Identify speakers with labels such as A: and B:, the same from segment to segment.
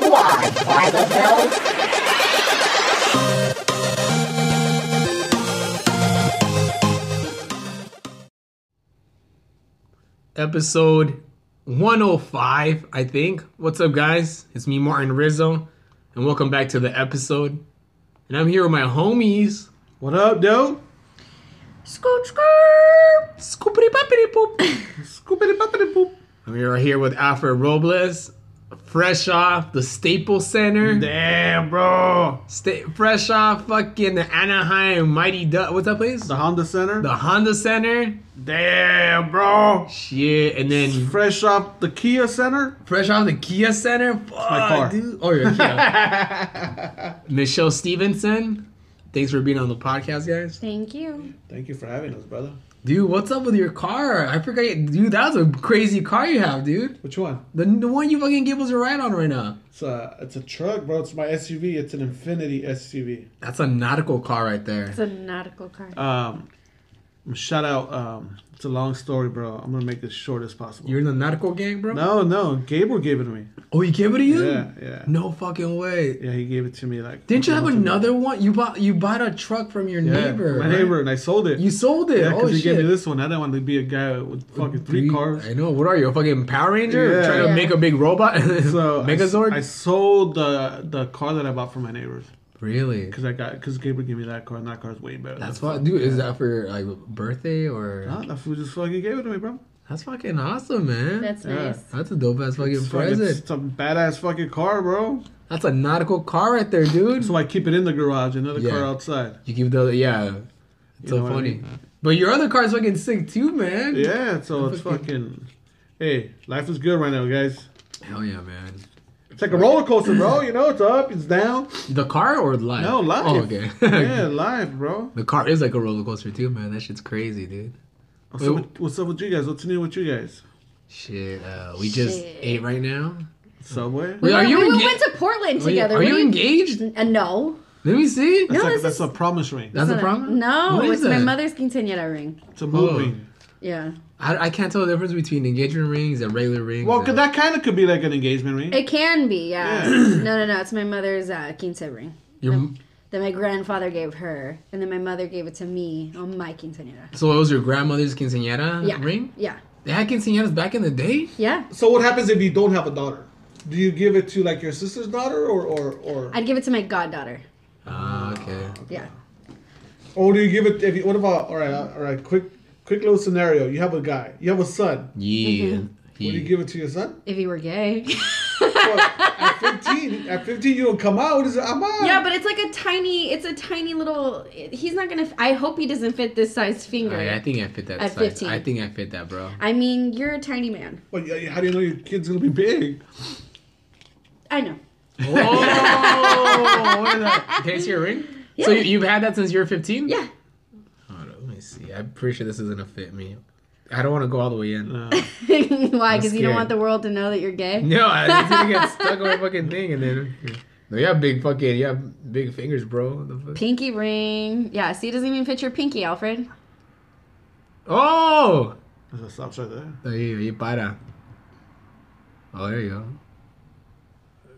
A: God, why the hell?
B: episode 105, I think. What's up, guys? It's me, Martin Rizzo, and welcome back to the episode. And I'm here with my homies.
C: What up, dope?
D: Scoot, scoot.
B: Scoopity poppity poop.
C: Scoopity boppity boop.
B: We are here with Alfred Robles, fresh off the Staples Center,
C: Damn, bro.
B: sta- fresh off fucking the Anaheim Mighty Duck. What's that place?
C: The Honda Center.
B: The Honda Center.
C: Damn, bro.
B: Shit, and then
C: Fresh off the Kia Center.
B: fresh off the Kia Center. Fuck,
C: car.
B: dude. Oh, your Kia. Michelle Stevenson. Thanks for being on the podcast, guys.
D: Thank you.
C: Thank you for having us, brother.
B: Dude, what's up with your car? I forgot. Dude, that's a crazy car you have, dude.
C: Which one?
B: The, the one you fucking gave us a ride on right now.
C: It's a it's a truck, bro. It's my SUV. It's an Infinity SUV.
B: That's a nautical car right there.
D: It's a nautical car.
C: Um, shout out. Um, it's a long story, bro. I'm gonna make this short as possible.
B: You're in the nautical gang, bro?
C: no, no. Gabriel gave it to me.
B: Oh, he gave it to you?
C: Yeah, yeah,
B: No fucking way.
C: yeah. He gave it to me like.
B: Didn't you have
C: a month ago.
B: another one? You bought you bought a truck from your
C: Yeah,
B: neighbor.
C: My
B: right?
C: neighbor, and I sold it.
B: You sold it.
C: Yeah,
B: oh,
C: because he
B: shit.
C: gave me this one. I didn't want to be a guy with fucking three
B: Dude,
C: cars.
B: I know. What are you, a fucking Power Ranger?
C: Yeah.
B: Trying to
D: Yeah.
B: make a big robot?
C: So I-
B: Megazord?
C: I, sold the the car that I bought for my neighbors
B: really?
C: because I got because Gabriel gave me that car and that car's way better.
B: That's what, dude. Is that for like birthday or?
C: Nah, that fool just fucking gave it to me, bro.
B: That's fucking awesome, man.
D: That's
C: yeah.
D: nice.
B: That's a dope ass fucking
C: It's fucking-
B: present.
C: It's a badass fucking car, bro.
B: That's a nautical car right there, dude.
C: So I keep it in the garage, another
B: Yeah.
C: car outside.
B: You give the other, yeah. It's
C: You know
B: so
C: what I
B: funny.
C: mean?
B: But your other car's fucking sick too, man.
C: Yeah, so it's fucking. Hey, life is good right now, guys.
B: Hell yeah, man.
C: It's like a roller coaster, bro. You know, it's up, it's down.
B: The car or life?
C: No, life.
B: Oh, okay.
C: yeah, life, bro.
B: The car is like a roller coaster too, man. That shit's crazy, dude.
C: What's up,
B: Wait,
C: with, what's up with you guys? What's new with you guys?
B: Shit. Uh, we just
D: Shit.
B: ate right now.
C: Subway?
B: Wait, are you
D: we
B: engaged?
D: went to Portland
B: Are you,
D: together.
B: are
D: What
B: you
D: do
B: engaged?
D: N- uh, no.
B: Let me see.
C: That's,
D: No,
C: like,
D: this
C: that's
D: is-
C: a promise ring.
B: That's a
D: Not
B: problem.
D: No,
B: What
D: it's
B: is
D: my
B: that?
D: mother's quinceanera ring.
C: It's
B: Oh.
C: a moving.
D: Yeah.
B: I, I can't tell the difference between engagement rings and regular rings.
C: Well,
B: Uh,
C: 'cause that kind of could be like an engagement ring.
D: It can be, yeah.
C: Yeah.
D: no, no, no. It's my mother's uh, quince ring
B: your,
D: that my grandfather gave her, and then my mother gave it to me on my quinceanera.
B: so it was your grandmother's quinceañera
D: Yeah.
B: ring.
D: Yeah.
B: They had quinceañeras back in the day.
D: Yeah.
C: So what happens if you don't have a daughter? Do you give it to like your sister's daughter, or or or,
D: I'd give it to my goddaughter.
B: Ah, okay.
D: Yeah.
C: or do you give it? If you, what about all right, uh, all right? Quick, quick little scenario. You have a guy. You have a son.
B: Yeah. He-
C: Would you give it to your son?
D: If he were gay.
C: Well, at fifteen, at fifteen, you don't come out. Is I'm out.
D: Yeah, but it's like a tiny, it's a tiny little. He's not gonna. I hope he doesn't fit this size finger.
B: I, I think I fit that
D: At
B: size.
D: 15.
B: I think I fit that, bro.
D: I mean, you're a tiny man.
C: But you- how do you know your kid's gonna be big?
D: I know.
B: Whoa! what is that? Can I see your ring? So
D: Yeah.
B: you, you've had that since you were 15?
D: Yeah.
B: Hold on, let me see. I'm pretty sure this isn't gonna fit me. I don't want to go all the way in.
C: No.
D: Why? Because you
B: scared.
D: don't want the world to know that you're gay.
B: No, I just gonna get stuck on my fucking thing, and then no, you have big fucking, you have big fingers, bro. What the fuck?
D: Pinky ring. Yeah. See, it doesn't even fit your pinky, Alfred.
B: Oh,
C: That stops right there.
B: ahí, ahí para. Oh, there you go.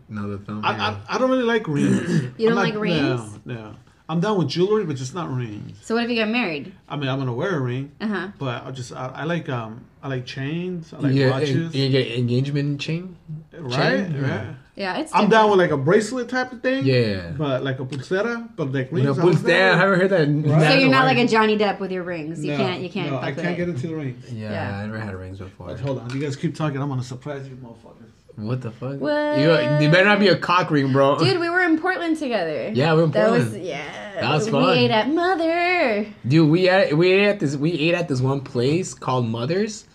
B: Another thumb.
C: I,
B: yeah.
C: I, I don't really like rings.
D: You don't
C: I'm
D: like
C: not-
D: rings?
C: No, no. I'm down with jewelry, but just not rings.
D: So what if you get married?
C: I mean, I'm gonna wear a ring,
D: Uh huh.
C: but I just I, I like um I like chains, I like
B: you, get,
C: watches,
B: you get engagement chain.
C: right?
B: chain?
C: Right.
D: Yeah. It's.
C: I'm
D: different.
C: down with like a bracelet type of thing.
B: Yeah.
C: But like a pulsera, but like
B: You know,
C: rings. I
B: boots
C: don't know.
B: down. I haven't heard that.
C: Right.
D: So
B: that
D: you're
B: in a
D: not like
B: while.
D: a Johnny Depp with your rings. You
C: No,
D: can't. You can't.
C: No,
D: fuck
C: I
D: with
C: can't
D: it.
C: get into the rings.
B: Yeah,
D: Yeah.
B: I never had rings before.
C: Hold on, you guys keep talking. I'm gonna surprise you, motherfuckers.
B: What the fuck?
D: What?
B: You, you better not be a cock ring, bro.
D: Dude, we were in Portland together.
B: Yeah, we were in
D: That
B: Portland.
D: was yeah.
B: That was
D: We
B: fun.
D: ate at Mother.
B: Dude, we at we ate at this we ate at this one place called Mother's,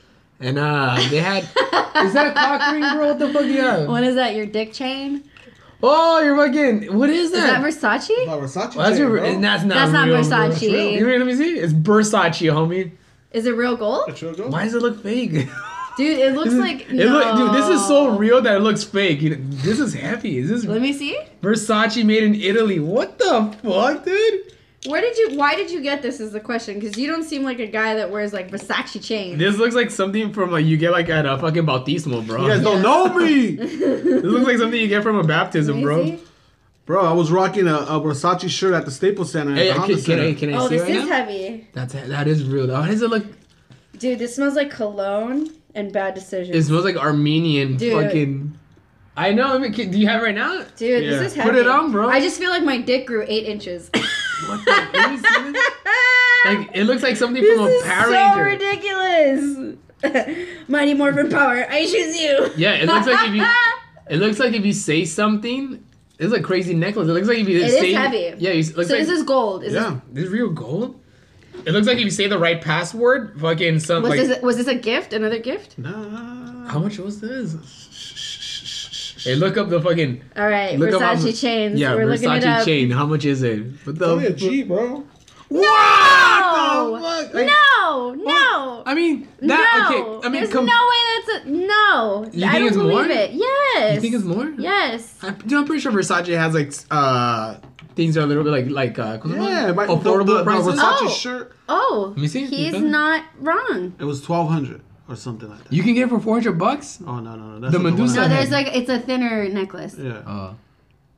B: and uh they had is that a cock ring, bro? What the fuck you have?
D: What is that? Your dick chain?
B: Oh, you're fucking. What is
D: Is that
B: that?
D: Versace?
C: No, Versace.
B: Well, that's,
C: chain,
B: your,
C: bro.
B: that's not
D: That's not
B: real, bro.
D: Versace.
B: It's real. You know, let me see. It's Versace, homie.
D: Is it real gold?
C: That's your goal.
B: Why does it look fake?
D: Dude, it looks like
B: It look, dude, this is so
D: no.
B: real that it looks fake. You know, this is heavy. Is this
D: Let me see.
B: Versace made in Italy? What the fuck, dude?
D: Where did you? Why did you get this? Is the question because you don't seem like a guy that wears like Versace chains.
B: This looks like something from like you get like at a fucking bautismo, bro.
C: You guys don't know me,
B: This looks like something you get from a baptism, bro.
D: Crazy.
C: bro. I was rocking a, a Versace shirt at the Staples Center.
B: Hey,
C: at the
B: can, can
C: Honda
B: I
C: Center.
B: can I
E: Oh,
B: see
E: this
B: right
E: is
B: now?
E: heavy.
B: That's that is real. though. How does it look?
E: Dude, this smells like cologne and bad decisions.
B: It smells like Armenian
E: Dude.
B: fucking. I know. I mean, can, do you have it right now?
E: Dude,
C: Yeah.
E: this is heavy.
B: Put it on, bro.
D: I just feel like my dick grew eight inches.
B: What the- let me see this. Like it looks like something
E: This
B: from a
E: is
B: Power
E: so
B: Ranger.
E: ridiculous. Mighty Morphin Power, I choose you.
B: Yeah, it looks like if you it looks like if you say something, it's a crazy necklace. It looks like if you
D: It is
B: say
D: heavy.
B: Yeah, you, it looks
D: so
B: like
D: this is gold. Is
C: Yeah,
B: this real gold. It looks like if you say the right password, fucking some
D: This, was
B: like
D: this was this a gift? Another gift?
C: nah.
B: how much was this? Hey, look up the fucking
D: All right,
B: look up how
D: Versace
B: much-
D: chains.
B: Yeah,
D: We're looking it
B: Versace
D: up.
B: chain. How much is it? What the?
C: only a
B: fuck?
C: G, bro.
B: What the
D: No!
B: fuck? Like,
D: No, no,
B: I mean that.
D: no.
B: Okay. I mean,
D: There's
B: com-
D: no way that's a no.
B: You
D: I
B: think
D: don't
B: it's
D: believe
B: more?
D: it. Yes.
B: you think it's more?
D: Yes.
B: I, dude, I'm pretty sure Versace has like s- uh things that are a little bit like like uh
C: Yeah, but
B: affordable
C: the, the,
B: prices.
C: The Versace
D: Oh.
C: shirt.
D: Oh,
B: me see.
D: he's
B: Yeah.
D: not wrong.
C: It was twelve hundred or something like that.
B: You can get it for 400 bucks.
C: Oh no, no, no. That's
B: The
C: not one
B: Medusa
C: I-
D: No, there's
B: ahead.
D: like it's a thinner necklace.
C: Yeah.
B: Uh,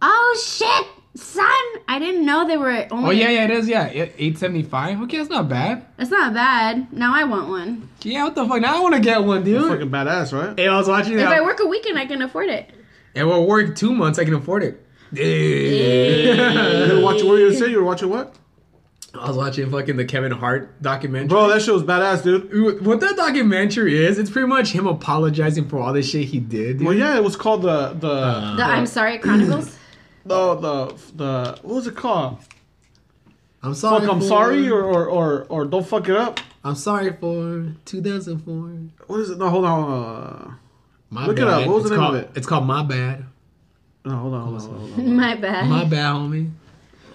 D: Oh shit, son! I didn't know they were only.
B: oh yeah, yeah, it is. Yeah, Yeah, 875. Okay, that's not bad.
D: That's not bad. Now I want one.
B: Yeah, what the fuck? Now I want to get one,
C: That's
B: dude.
C: fucking badass, right?
B: Hey, I was watching
D: If I
B: that.
D: work a weekend, I can afford it.
B: It will work two months. I can afford it.
C: You were watching what were you gonna say? You were watching what?
B: I was watching fucking the Kevin Hart documentary.
C: Bro, that shit was badass, dude.
B: what that documentary is, it's pretty much him apologizing for all the shit he did. Dude.
C: Well, yeah, it was called the the
B: Uh.
D: The I'm sorry Chronicles.
C: the the the what was it called?
B: I'm sorry.
C: Fuck, I'm
B: for-
C: sorry, or or or, or don't fuck it up.
B: I'm sorry for 2004.
C: What is it? No, hold on. Hold on.
B: My
C: Look it
B: bad.
C: up. What was
B: it's
C: the name of
B: called-
C: it?
B: It's called My Bad.
C: No, hold on. Hold on. Hold on, hold on.
D: My bad.
B: My bad, homie.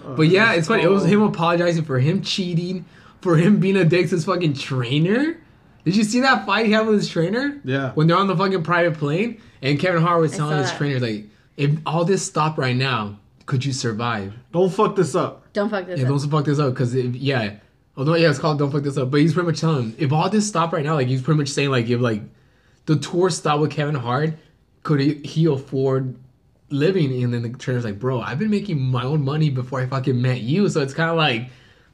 C: Uh,
B: But yeah, it's funny. It was him apologizing for him cheating, for him being a dick to his fucking trainer. Did you see that fight he had with his trainer?
C: Yeah.
B: When they're on the fucking private plane, and Kevin Hart was telling
D: saw
B: his
D: that.
B: trainer like, "If all this stopped right now, could you survive?"
C: Don't fuck this up.
D: Don't fuck this
B: Yeah,
D: up.
B: don't fuck this up, cause if, yeah, oh no, yeah, it's called "Don't Fuck This Up." But he's pretty much telling him, if all this stopped right now, like he's pretty much saying like, if like the tour stopped with Kevin Hart, could he, he afford living? And then the trainer's like, bro, I've been making my own money before I fucking met you, so it's kind of like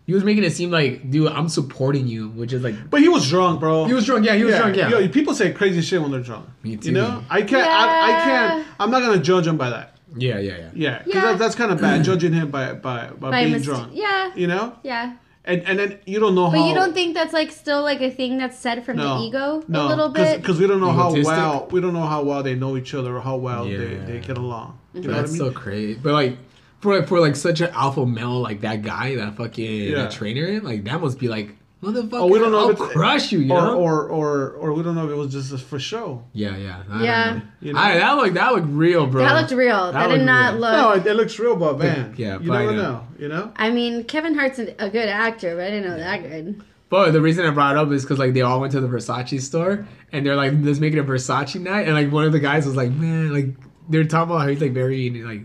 B: he was making it seem like, dude, I'm supporting you, which is like
C: But he was drunk, bro.
B: he was drunk, yeah, he was drunk, yeah.
C: Yo, people say crazy shit when they're drunk.
B: Me too.
C: You know, I can't. I, I can't. I'm not gonna judge him by that.
B: yeah, yeah, yeah.
C: Yeah, because
D: Yeah.
C: that, that's kind of bad judging him by by by,
D: By
C: being
D: mistake-
C: drunk.
D: Yeah.
C: You know,
D: Yeah.
C: and and then you don't know
D: But
C: how.
D: you don't think that's like still like a thing that's said from the ego a little bit?
C: because we don't know how
B: Egotistic?
C: well we don't know how well they know each other or how well they,
B: Yeah.
C: they get along. You know
B: But
C: what I
B: that's
C: mean?
B: so crazy. But like for like for like such an alpha male like that guy, that fucking
C: Yeah.
B: that trainer, like that must be like motherfucker.
C: Oh, we don't know
B: I'll
C: if it's-
B: crush you, you
C: or,
B: know?
C: or or or we don't know if it was just for show.
B: yeah, yeah, I
D: Yeah.
B: Don't know.
C: You know?
B: I, that looked that looked real, bro.
D: that looked real.
B: That
D: That, did
B: looked
D: not
B: real.
D: look.
C: No, it, it looks real, but man,
B: Yeah,
C: you
B: but I
C: never
B: know.
C: know. You know,
D: I mean, Kevin Hart's an- a good actor, but I didn't know that good.
B: But the reason I brought it up is because like they all went to the Versace store and they're like, let's make it a Versace night. And like one of the guys was like, man, like they're talking about how he's like very like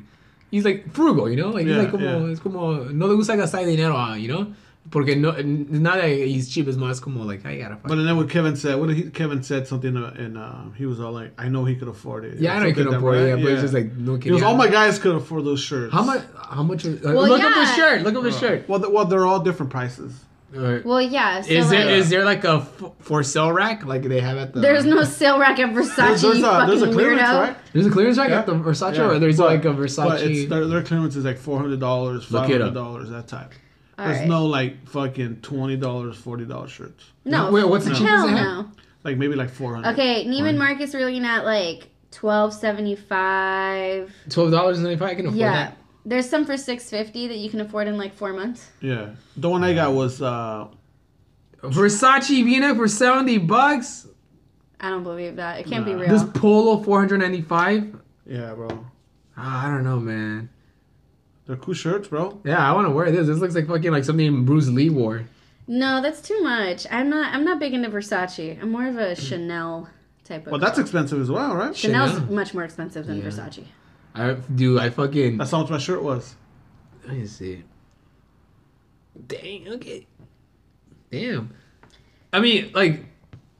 B: he's like frugal, you know, like he's
C: Yeah,
B: like como
C: yeah.
B: es como no le gusta gastar dinero, ah, you know, porque no not that he's cheap as much como like I gotta.
C: but then what Kevin said, what he, Kevin said something, uh, and um, he was all like, "I know he could afford it."
B: Yeah, I know he
C: Something
B: could
C: like that,
B: afford it,
C: right?
B: yeah, but it's just like no
C: He
B: kidding.
C: goes, all my guys could afford those shirts.
B: How much? How much? Are,
D: Well,
B: look up
D: yeah.
B: the shirt. Look up
C: Oh.
B: the shirt.
C: Well, th- well, they're all different prices.
B: Alright.
D: Well, yeah. So
B: is
D: like,
B: there is there like a f- for sale rack like they have at the?
D: there's no sale rack at Versace.
C: There's, there's
D: you
C: a
D: fucking
C: there's a clearance,
D: weirdo.
C: right?
B: There's a clearance rack
C: Yeah.
B: at the Versace,
C: Yeah,
B: or there's
C: but-
B: like a
C: But it's,
B: Versace.
C: their, their clearance is like four hundred dollars,
B: Look
C: five
B: it up.
C: hundred dollars, that type.
D: All
C: There's
D: right.
C: no like fucking twenty dollars, forty dollars shirts.
D: No.
B: Wait, what's the cheapest
D: Hell
B: they have?
D: no.
C: Like maybe like four hundred.
D: Okay, Neiman Marcus, we're looking at like twelve seventy five.
B: Twelve dollars and ninety five. I can afford
D: Yeah,
B: that.
D: there's some for six fifty that you can afford in like four months.
C: Yeah. The one I got was uh
B: Versace Vina for seventy bucks.
D: I don't believe that. It can't be
C: Nah.
D: real.
B: This Polo four hundred ninety five.
C: yeah, bro.
B: I don't know, man.
C: They're cool shirts, bro.
B: Yeah, I want to wear this. This looks like fucking like something Bruce Lee wore.
D: no, that's too much. I'm not. I'm not big into Versace. I'm more of a Chanel type of.
C: Well, that's expensive as well, right?
D: Chanel's
B: Chanel.
D: much more expensive than Versace.
B: I do. I fucking.
C: That's how much my shirt was.
B: Let me see. Dang. Okay. Damn. I mean, like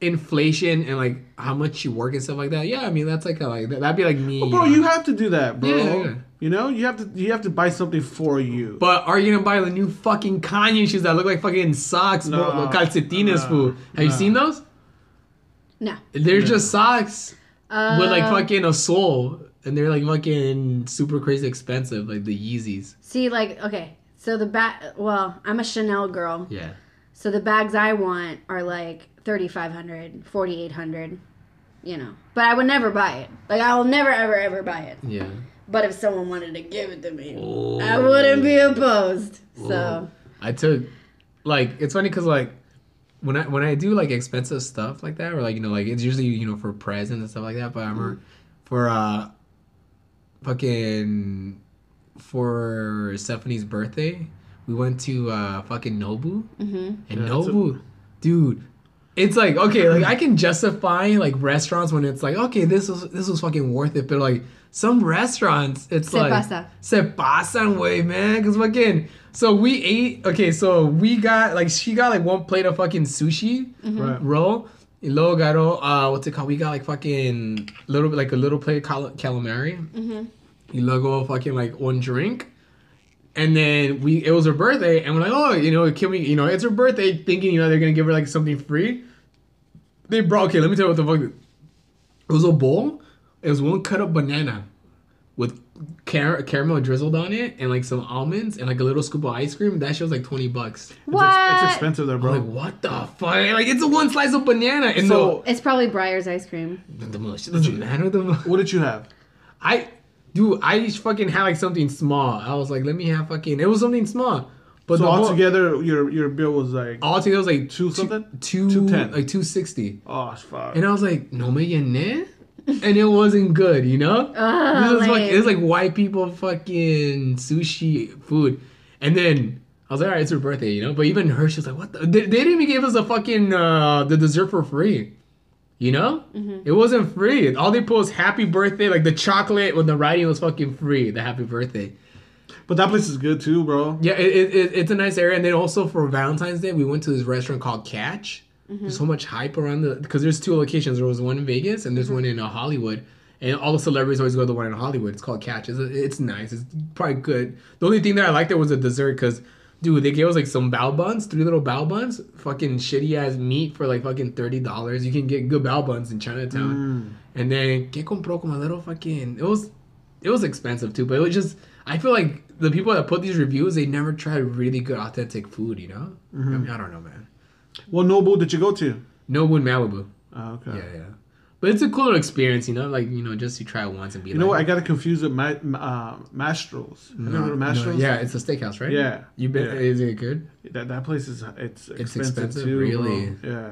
B: inflation and like how much you work and stuff like that. Yeah, I mean that's like a, like that'd be like me.
C: Well, bro, you have to do that, bro.
B: Yeah, yeah, yeah.
C: You know, you have to you have to buy something for you.
B: But are you gonna buy the new fucking Kanye shoes that look like fucking socks, bro?
C: No,
B: calcetines,
C: no,
B: fool? Have you
C: no.
B: seen those?
D: No.
B: They're just socks
D: Uh,
B: with like fucking a sole, and they're like fucking super crazy expensive, like the Yeezys.
D: See, like, okay, so the bag. Well, I'm a Chanel girl,
B: Yeah.
D: so the bags I want are like 3,500, 4,800. You know, but I would never buy it. Like I will never, ever, ever buy it.
B: Yeah.
D: But if someone wanted to give it to me,
B: Oh.
D: I wouldn't be opposed. So
B: I took like it's funny because like when I when I do like expensive stuff like that or like you know like it's usually you know for presents and stuff like that. But I remember
D: Mm-hmm.
B: for uh fucking for Stephanie's birthday, we went to uh fucking Nobu
D: Mm-hmm.
B: and
C: Yeah, that's a-
B: Nobu, dude. It's like okay, like I can justify like restaurants when it's like okay, this was this was fucking worth it, but like some restaurants, it's
D: Se
B: like
D: pasa.
B: se pasan, way man. Cause fucking, so we ate. Okay, so we got like she got like one plate of fucking sushi
C: Right.
B: roll. Y luego got, uh, what's it called? We got like fucking little bit like a little plate of cal- calamari. Mm-hmm. Y luego fucking like one drink. And then we, it was her birthday, and we're like, oh, you know, can we, you know, it's her birthday, thinking, you know, they're gonna give her like something free. They brought, okay, let me tell you what the fuck. It was a bowl, it was one cut up banana with car- caramel drizzled on it and like some almonds and like a little scoop of ice cream. That shit was like 20 bucks.
D: what?
C: It's,
D: It's,
C: it's expensive though, bro.
B: I'm like, what the fuck? Like, it's a one slice of banana. And so,
C: so,
D: probably Briar's ice cream.
B: the, the most, it doesn't matter. The most.
C: what did you have?
B: I, dude, I just fucking had like something small. I was like, let me have fucking. It was something small, but
C: So
B: the Oh. whole,
C: altogether, your your bill was like,
B: all together was like
C: Two something?
B: two,
C: 210.
B: like two sixty.
C: oh fuck.
B: And I was like, no me llené, and it wasn't good, you know.
D: Ah,
B: this was like
D: lame.
B: it was like white people fucking sushi food, and then. I was like, all right, it's her birthday, you know. But even her, she was like, "What? The? They, they didn't even give us the fucking uh, the dessert for free." You know?
D: Mm-hmm.
B: It wasn't free. All they put was happy birthday, like the chocolate when the writing was fucking free, the happy birthday.
C: But that place is good too, bro.
B: Yeah, it, it, it, it's a nice area. And then also for Valentine's Day, we went to this restaurant called Catch. There's so much hype around the, because there's two locations. There was one in Vegas and there's one in uh, Hollywood. And all the celebrities always go to the one in Hollywood. It's called Catch. It's, it's nice. It's probably good. The only thing that I liked there was the dessert because, dude, they gave us like some bao buns, three little bao buns, fucking shitty ass meat for like fucking $30. You can get good bao buns in Chinatown. And then que compró como a little fucking it was it was expensive too, but it was just I feel like the people that put these reviews they never try really good authentic food, you know?
C: Mm-hmm.
B: I mean I don't know man.
C: What Nobu did you go to?
B: Nobu in Malibu.
C: Oh, okay.
B: Yeah, yeah. But it's a cooler experience, you know, like you know, just you try it once and be
C: You know what? I got it confused with ma- ma- uh, Mastro's. You Remember Mastro's?
B: yeah, it's a steakhouse, right?
C: Yeah.
B: You been
C: Yeah.
B: is it good?
C: That, that place is it's expensive,
B: expensive,
C: too.
B: really.
C: Bro. Yeah.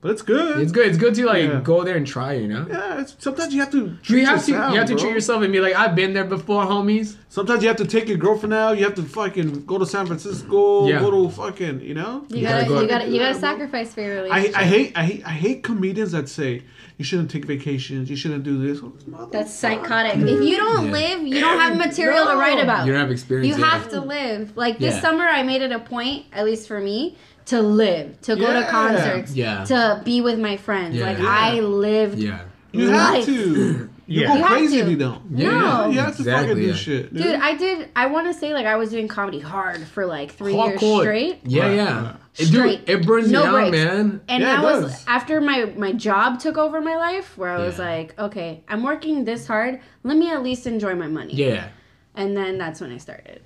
C: But it's good.
B: It's good. It's good to like
C: Yeah.
B: go there and try, you know?
C: Yeah. It's, sometimes you have to. Treat
B: You have to
C: yourself,
B: you have to
C: bro.
B: treat yourself and be like, I've been there before, homies.
C: Sometimes you have to take your girlfriend out. You have to fucking go to San Francisco.
B: Yeah.
C: Go to fucking you know.
D: You,
B: You gotta
D: gotta,
B: go-
D: you gotta, you
C: Yeah,
D: gotta
C: bro.
D: sacrifice for your
C: I,
D: relationship.
C: I hate I hate I hate comedians that say you shouldn't take vacations. You shouldn't do this. Motherfucker.
E: That's psychotic.
D: if you don't
B: Mm. Yeah.
D: live, you don't have material to write about.
B: You don't have experience.
D: You
B: yeah.
D: have to live. Like this
B: Yeah.
D: summer, I made it a point, at least for me, to live, to go
C: Yeah.
D: to concerts,
B: Yeah.
D: to be with my friends.
B: Yeah.
D: Like
B: Yeah.
D: I lived.
B: Yeah.
C: You have
D: Life.
C: to. You go
D: You have
C: crazy if
D: to.
C: you don't.
B: Yeah.
D: No.
C: You have to fucking
B: Exactly,
C: do
B: yeah.
C: shit, dude.
D: Dude, I did. I want to say like I was doing comedy hard for like three years
B: Hardcore.
D: straight.
B: Yeah,
C: Right,
B: yeah.
C: right.
B: It-
D: Straight.
B: Dude, it burns
D: No
B: me
D: breaks.
B: out, man.
D: And
C: Yeah,
D: I
C: it
D: was
C: does.
D: after my my job took over my life, where I was
B: Yeah.
D: like, okay, I'm working this hard. Let me at least enjoy my money.
B: Yeah.
D: And then that's when I started.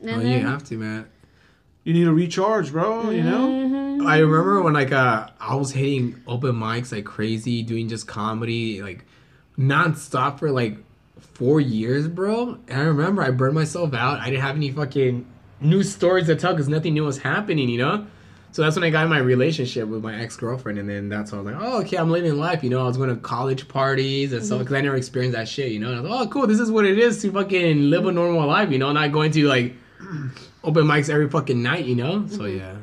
D: And
B: Oh, you
D: then-
B: have to, man.
C: You need to recharge, bro. You know.
B: I remember when like uh, I was hitting open mics like crazy, doing just comedy like nonstop for like four years, bro. And I remember I burned myself out. I didn't have any fucking new stories to tell because nothing new was happening, you know. So that's when I got in my relationship with my ex girlfriend, and then that's when I was like, oh, okay, I'm living life, you know. I was going to college parties and
D: Mm-hmm.
B: stuff because I never experienced that shit, you know. And I was like, oh, cool, this is what it is to fucking live a normal life, you know, not going to like open mics every fucking night, you know. So yeah.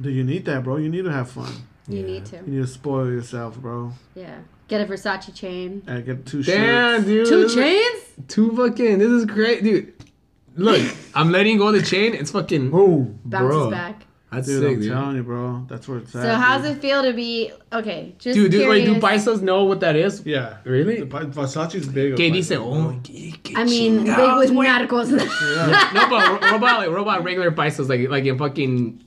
C: Do you need that, bro? You need to have fun.
D: Mm-hmm. you
B: Yeah.
D: need
C: You
D: to.
C: need to spoil yourself, bro.
D: Yeah. Get a Versace chain.
C: And get two shirts.
B: Damn, dude.
D: Two
B: this is-
D: chains?
B: Two fucking. This is great, dude. Look, I'm letting go of the chain. It's fucking.
C: Oh,
D: Bounces
B: bro,
D: back.
B: That's
C: dude,
B: sick,
C: I'm
B: dude.
C: telling you, bro. That's where it's at.
D: So how's
C: dude.
D: it feel to be okay? Just
B: Dude, do, wait, do
D: curious.
B: paisas know what that is?
C: Yeah.
B: Really?
C: The pa- Versace's big.
B: Que
C: like,
B: dice,
C: you know?
B: oh, que, que
D: I mean, big with narcos.
B: No, but what about like what about regular paisas like like in fucking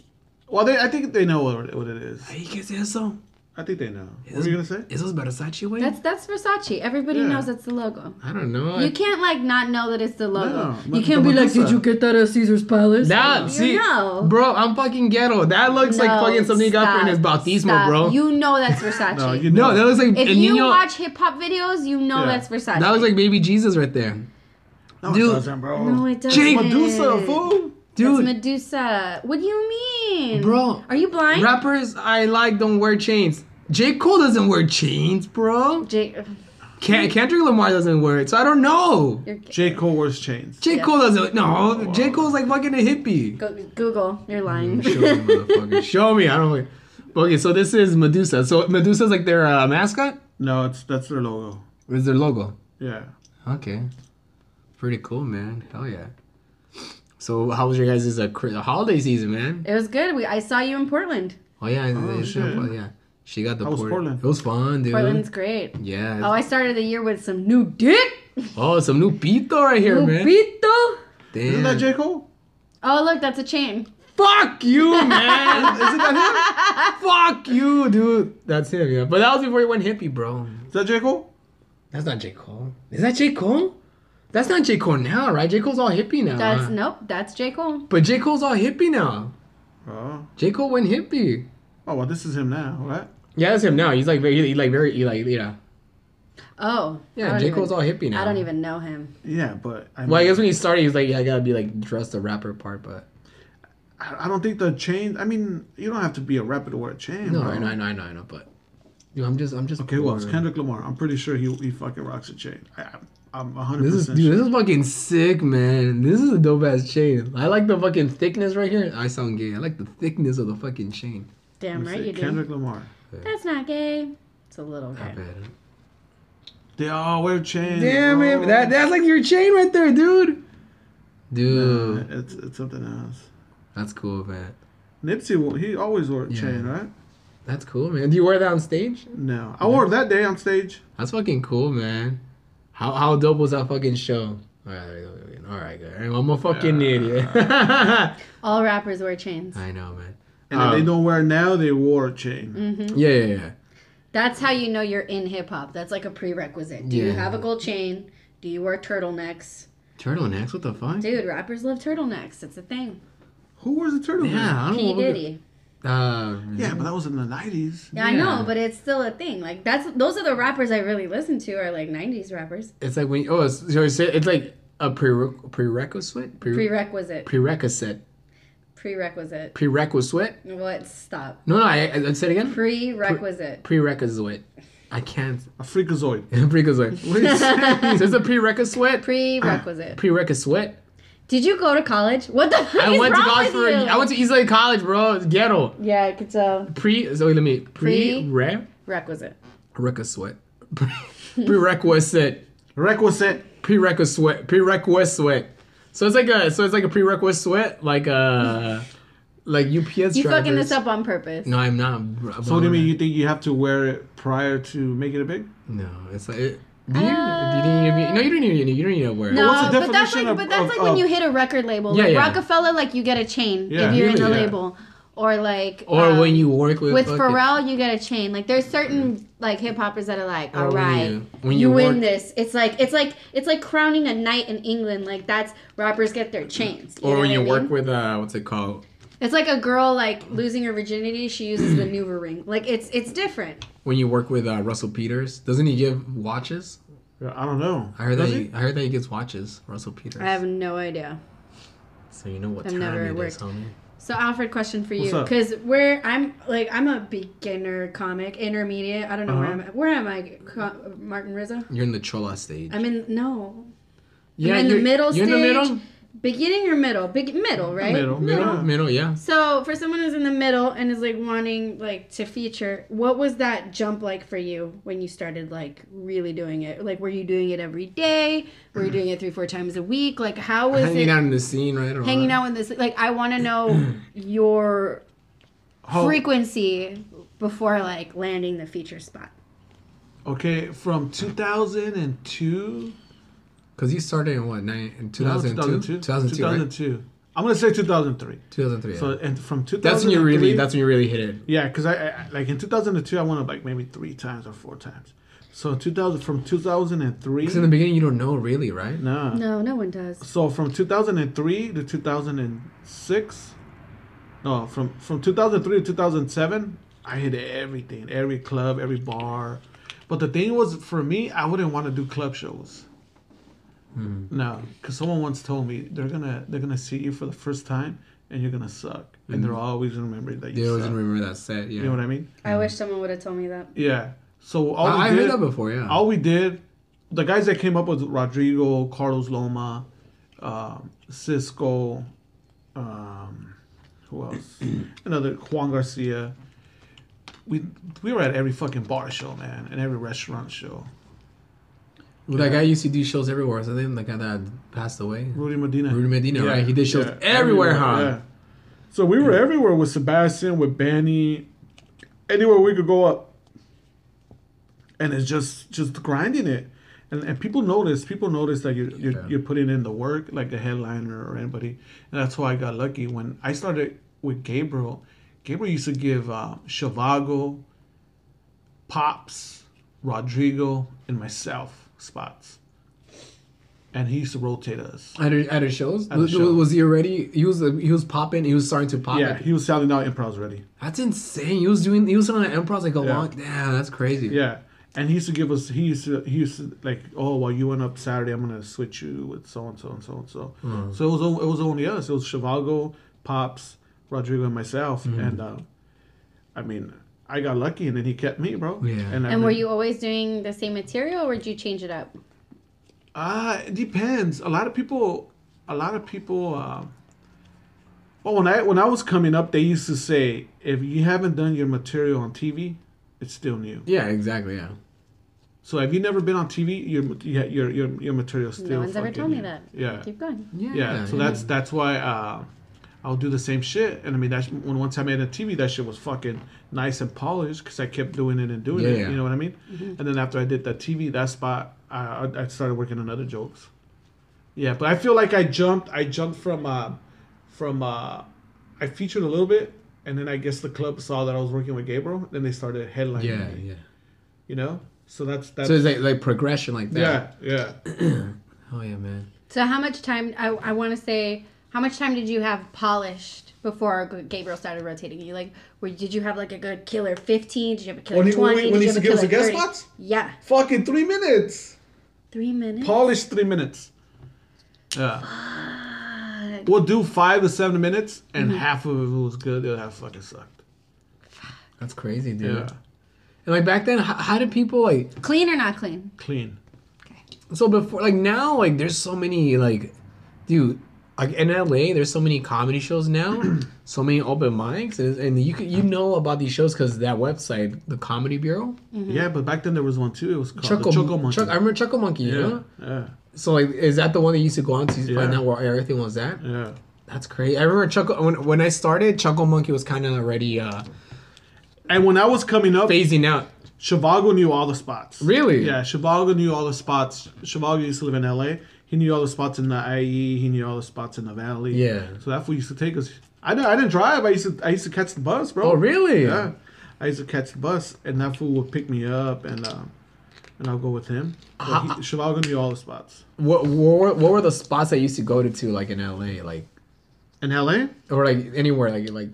C: Well, they, I think they know what, what it is.
B: Hey, ¿qué es eso?
C: I think they know. What were you gonna say?
B: ¿Eso es Versace, güey?
D: that's that's Versace. Everybody
C: Yeah.
D: knows that's the logo.
B: I don't know.
D: You can't like not know that it's the logo.
C: No, but
D: you can't
C: the
D: be like,
C: Medusa.
D: did you get that at Caesar's Palace?
B: that,
D: You
B: see,
D: know.
B: bro, I'm fucking ghetto. That looks like
D: No,
B: fucking something you got for in his
D: stop,
B: bautismo,
D: stop.
B: bro.
D: You know that's Versace.
C: No, you know.
B: no, that looks like
D: if
B: El
D: you
B: Niño-
D: watch hip hop videos, you know
C: Yeah.
D: that's Versace.
B: That looks like baby Jesus right there.
C: no,
B: dude.
C: It doesn't, bro.
D: no, it doesn't.
B: Jake
C: Medusa, fool.
D: It's
B: Dude,
D: Medusa. What do you mean,
B: Bro.
D: Are you blind?
B: rappers I like don't wear chains. J. Cole doesn't wear chains, bro.
D: Jake, uh,
B: Ken- Kendrick Lamar doesn't wear it, so I don't know.
D: you're,
C: J. Cole wears chains.
B: J.
D: Yeah.
B: Cole doesn't. No, J. Cole's like fucking a hippie.
D: go, Google. You're lying.
B: Show me, motherfucker. Show me. I don't. like- Okay, so this is Medusa. So Medusa's like their uh, mascot.
C: No, it's that's their logo.
B: Or is their logo?
C: Yeah.
B: Okay, pretty cool, man. Hell yeah. So how was your guys' uh, cri- holiday season, man?
D: it was good. We, I saw you in Portland.
B: Oh yeah,
C: Oh,
B: they- she-
C: shit.
B: yeah. She got the
C: How was
B: port-
C: Portland?
B: It was fun, dude.
D: Portland's great.
B: Yeah.
D: Oh, I started the year with some new dick.
B: oh, some new pito right here,
D: New
B: man.
D: pito.
B: Damn.
C: Isn't that J. Cole?
D: Oh, look, that's a chain.
B: Fuck you, man. Isn't that him? Fuck you, dude. That's him, yeah. But that was before he went hippie, bro.
C: Is that J. Cole?
B: That's not J. Cole. Is that J. Cole? That's not J. Cole now, right? J. Cole's all hippie now.
D: That's
B: huh?
D: nope. That's J Cole.
B: But J. Cole's all hippie now.
C: Oh.
B: J. Cole went hippie.
C: Oh well, this is him now, right?
B: Yeah, that's him now. He's like very, he like very, he like, yeah.
D: Oh, I
B: Yeah,
D: don't
B: J.
D: even-
B: Cole's all hippie now.
D: I don't even know him.
C: Yeah, but I, mean,
B: Well, I guess when he started, he was like, yeah, I gotta be like dressed the rapper part, but.
C: I I don't think the chain. I mean, you don't have to be a rapper to wear a chain.
B: No,
C: bro.
B: I know, I know, I know, I know, but. Dude, I'm just, I'm just.
C: Okay, well, it's
B: bored.
C: Kendrick Lamar. I'm pretty sure he he fucking rocks a chain. I, I'm- I'm 100
B: This is
C: percent
B: dude.
C: sure.
B: This is fucking sick, man. This is a dope ass chain. I like the fucking thickness right here. I sound gay. I like the thickness of the fucking chain.
D: Damn
C: Let's
D: right
C: see,
D: you do.
C: Kendrick Lamar.
D: That's not gay. It's a little gay.
B: I bet.
C: They all wear chains.
B: Damn
C: bro.
B: it! That that's like your chain right there, dude. Dude,
C: Nah, Uh, it's it's something else.
B: that's cool, man.
C: Nipsey, wo- he always wore a
B: Yeah.
C: chain, right?
B: That's cool, man. Do you wear that on stage?
C: No, I wore it that day on stage.
B: That's fucking cool, man. How how dope was that fucking show? All right, all right, good. I'm a fucking idiot. I
D: All rappers wear chains.
B: know, man.
C: And if they
B: Um,
C: don't wear it now, they wore a chain.
D: Mm.
B: Yeah, yeah, yeah.
D: That's how you know you're in hip hop. That's like a prerequisite. Do you
B: Yeah.
D: have a gold chain? Do you wear turtlenecks?
B: Turtlenecks? What the fuck?
D: Dude, rappers love turtlenecks. It's a thing.
C: Who wears a turtleneck?
B: Yeah, I don't
D: P
B: know. what
D: Diddy.
B: the- Uh,
C: Yeah, but that was in the 90s.
D: Yeah, I
B: Yeah.
D: know, but it's still a thing. Like that's those are the rappers I really listen to are like '90s rappers.
B: It's like when oh, it's, so it's, it's like a prere- prerequisite, Pre-
D: Prerequisite.
B: prerequisite,
D: Prerequisite.
B: prerequisite.
D: What? Stop.
B: No, no, I, I, I said again.
D: Prerequisite.
B: Prerequisite. I can't.
C: A freakazoid.
B: prerequisite. so it's a prerequisite.
D: Prerequisite.
B: Prerequisite.
D: Did you go to college? What the fuck
B: I
D: is
B: went to
D: wrong
B: college
D: with
B: for.
D: you?
B: I went to East Lake College, bro. It's ghetto.
D: yeah, I could tell.
B: Pre. So wait, let me.
D: Pre-
B: Pre.
D: Requisite.
B: Prerequisite. Prerequisite.
C: Requisite.
B: prerequisite prerequisite so it's like a so it's like a prerequisite like uh like UPS
D: You
B: drivers.
D: fucking this up on purpose.
B: no I'm not bro.
C: So what do you mean you think you have to wear it prior to making it big?
B: no it's like it, do you, do you need to be, no you don't need you don't need to wear it.
D: No,
C: what's the
D: but that's like,
C: definition of-
D: but that's
C: of-
D: like when
C: of-
D: you hit a record label.
B: Yeah,
D: like
B: yeah.
D: Rockefeller, like you get a chain
C: Yeah.
D: if you're in a
B: Really?
D: label, or like
B: or
D: um,
B: when you work with
D: with
B: fucking-
D: Pharrell, you get a chain. Like there's certain like hip hoppers that are like,
B: Or
D: all
B: when
D: right,
B: you-
D: you,
B: when you
D: win
B: work-
D: this. It's like it's like it's like crowning a knight in England. Like that's rappers get their chains.
B: or
D: know
B: when
D: what
B: you
D: I
B: work
D: mean?
B: with uh what's it called
D: it's like a girl like losing her virginity. She uses the Nuva ring. Like it's it's different.
B: when you work with uh Russell Peters doesn't he give watches
C: Yeah, I don't know.
B: I heard
C: Does
B: that
C: it?
B: he, I heard that he gives watches Russell Peters
D: I have no idea.
B: so you know what
D: I've
B: time
D: never
B: it is
D: worked.
B: homie
D: So Alfred, question for you,
C: What's up?
D: because where I'm like I'm a beginner comic, intermediate. I don't know where I'm.
C: Uh-huh.
D: At. Where am I? Co- Martin Rizzo.
B: you're in the chola stage
D: I'm in no.
B: yeah
D: in the
B: you're-
D: middle
B: you're in the
D: stage.
B: middle
D: Beginning or middle? Big middle, right?
C: Middle.
B: Middle, middle, yeah.
E: So for someone who's in the middle and is like wanting like to feature, what was that jump like for you when you started like really doing it? Like were you doing it every day? Were you doing it three, four times a week? Like how was it
B: Hanging out in the scene, right? Or
E: hanging out with this? Like I want to know your
C: How-
E: frequency before like
D: Landing the feature spot.
C: Okay, from 2002.
B: Because you started in what, nine, in
C: No,
B: 2002? 2002,
C: 2002.
B: right?
C: I'm gonna say 2003.
B: 2003.
C: So
B: yeah.
C: and from 2003.
B: That's when you really, that's when you really hit it.
C: Yeah, because I, I like in 2002 I went up like maybe three times or four times. So 2000 from 2003.
B: Because in the beginning, you don't know really, right?
C: nah.
D: No, no one does.
C: So from 2003 to 2006. No, from from 2003 to 2007, I hit everything, every club, every bar. But the thing was, for me, I wouldn't want to do club shows.
B: Hmm.
C: No, because someone once told me they're gonna they're gonna see you for the first time and you're gonna suck, and they're always remembering that you
B: Hmm. They always
C: suck.
B: remember that set, yeah.
C: you know what I mean?
D: I wish someone would have told me that.
C: Yeah. So all
B: I, I
C: we did,
B: heard that before, yeah.
C: all we did, the guys that came up with Rodrigo, Carlos Loma, um, Cisco, um, who else? Another Juan Garcia. We we were at every fucking bar show, man, and every restaurant show.
B: Well, that guy used to do shows everywhere. So then the guy that passed away,
C: Rudy Medina.
B: Rudy Medina,
C: Yeah,
B: right? He did shows
C: yeah,
B: everywhere, huh?
C: yeah. So we were everywhere with Sebastian, with Benny, anywhere we could go up. And it's just just grinding it. And, and people notice, people notice that you're, you're,
B: Yeah.
C: you're putting in the work, like a headliner or anybody. And that's why I got lucky. When I started with Gabriel, Gabriel used to give uh, Shivago, Pops, Rodrigo, and myself spots. And he used to rotate us.
B: At, her- at his shows,
C: the
B: was,
C: show.
B: was he already? He was uh, he was popping. He was starting to pop.
C: Yeah,
B: like-
C: he was selling out improvs already.
B: that's insane. He was doing. He was on an improv like a long. Damn, that's crazy.
C: Yeah, and he used to give us. He used to. He used to like. Oh, well, you went up Saturday. I'm gonna switch you with so and so and so and so. So it was. o- It was only us. It was Chivago, Pops, Rodrigo, and myself. And uh, I mean, I got lucky, and then he kept me, bro.
B: Yeah.
C: I
D: And were
C: mean,
D: you always doing the same material or did you change it up?
C: Uh, it depends. A lot of people, a lot of people. Uh, well, when I when I was coming up, they used to say, if you haven't done your material on TV, it's still new.
B: Yeah, exactly. Yeah.
C: So have you never been on TV? Your yeah, your your your material still.
D: No one's ever
C: fucking-
D: told me that.
C: Yeah,
D: Keep going.
B: Yeah.
C: yeah. So that's that's why uh, I'll do the same shit. And I mean that's when one time I had a TV, that shit was fucking nice and polished because I kept doing it and doing
B: Yeah,
C: it.
B: yeah.
C: You know what I mean?
D: Mm-hmm.
C: And then after I did that TV, that spot, I I- I started working on other jokes. Yeah, but I feel like I jumped. I jumped from uh, from uh, I featured a little bit, and then I guess the club saw that I was working with Gabriel. Then they started headlining.
B: yeah,
C: me,
B: yeah.
C: You know. So that's that's.
B: So it's like like progression like that.
C: yeah, yeah.
B: Oh yeah, man.
D: So how much time I, I want to say how much time did you have polished before G- Gabriel started rotating you? Like, were, did you have like a good killer fifteen? Did you have a killer
C: When he- when
D: twenty?
C: he- when
D: did
C: he
D: you have a
C: gives
D: killer
C: the guest
D: 30?
C: spots?
D: Yeah,
C: Fucking three minutes.
D: three minutes.
C: Polish three minutes. Yeah. We'll do five to seven minutes, and
D: Mm-hmm.
C: half of it was good. The other half fucking sucked.
B: That's crazy,
C: Yeah.
B: dude. And like back then, how, how did people like?
D: clean or not clean?
C: Clean.
B: So before, like now, like there's so many like, dude, like in LA, there's so many comedy shows now, so many open mics, and, and you could, you know about these shows because that website, the Comedy Bureau,
D: Mm-hmm.
C: Yeah, but back then there was one too. It was called
B: Chuckle,
C: Oh, the Choco Monkey.
B: Chuck- I remember Chuckle Monkey. Yeah.
C: yeah. Yeah.
B: So like, is that the one that you used to go on to find
C: Yeah.
B: out where everything was at?
C: Yeah.
B: That's crazy. I remember Chuckle when, when I started, Chuckle Monkey was kind of already uh,
C: And when I was coming up,
B: phasing out.
C: Shivago knew all the spots.
B: Really?
C: Yeah, Shivago knew all the spots. Shivago used to live in LA. He knew all the spots in the IE. He knew all the spots in the Valley.
B: Yeah.
C: So that fool used to take us. I didn't, I didn't drive. I used to I used to catch the bus, bro.
B: Oh really?
C: Yeah. I used to catch the bus, and that fool would pick me up, and um, and I'll go with him. But he,
B: Ah.
C: Shivago knew all the spots.
B: What, what what were the spots that you used to go to, to like in LA, like
C: In LA,
B: or like anywhere, like like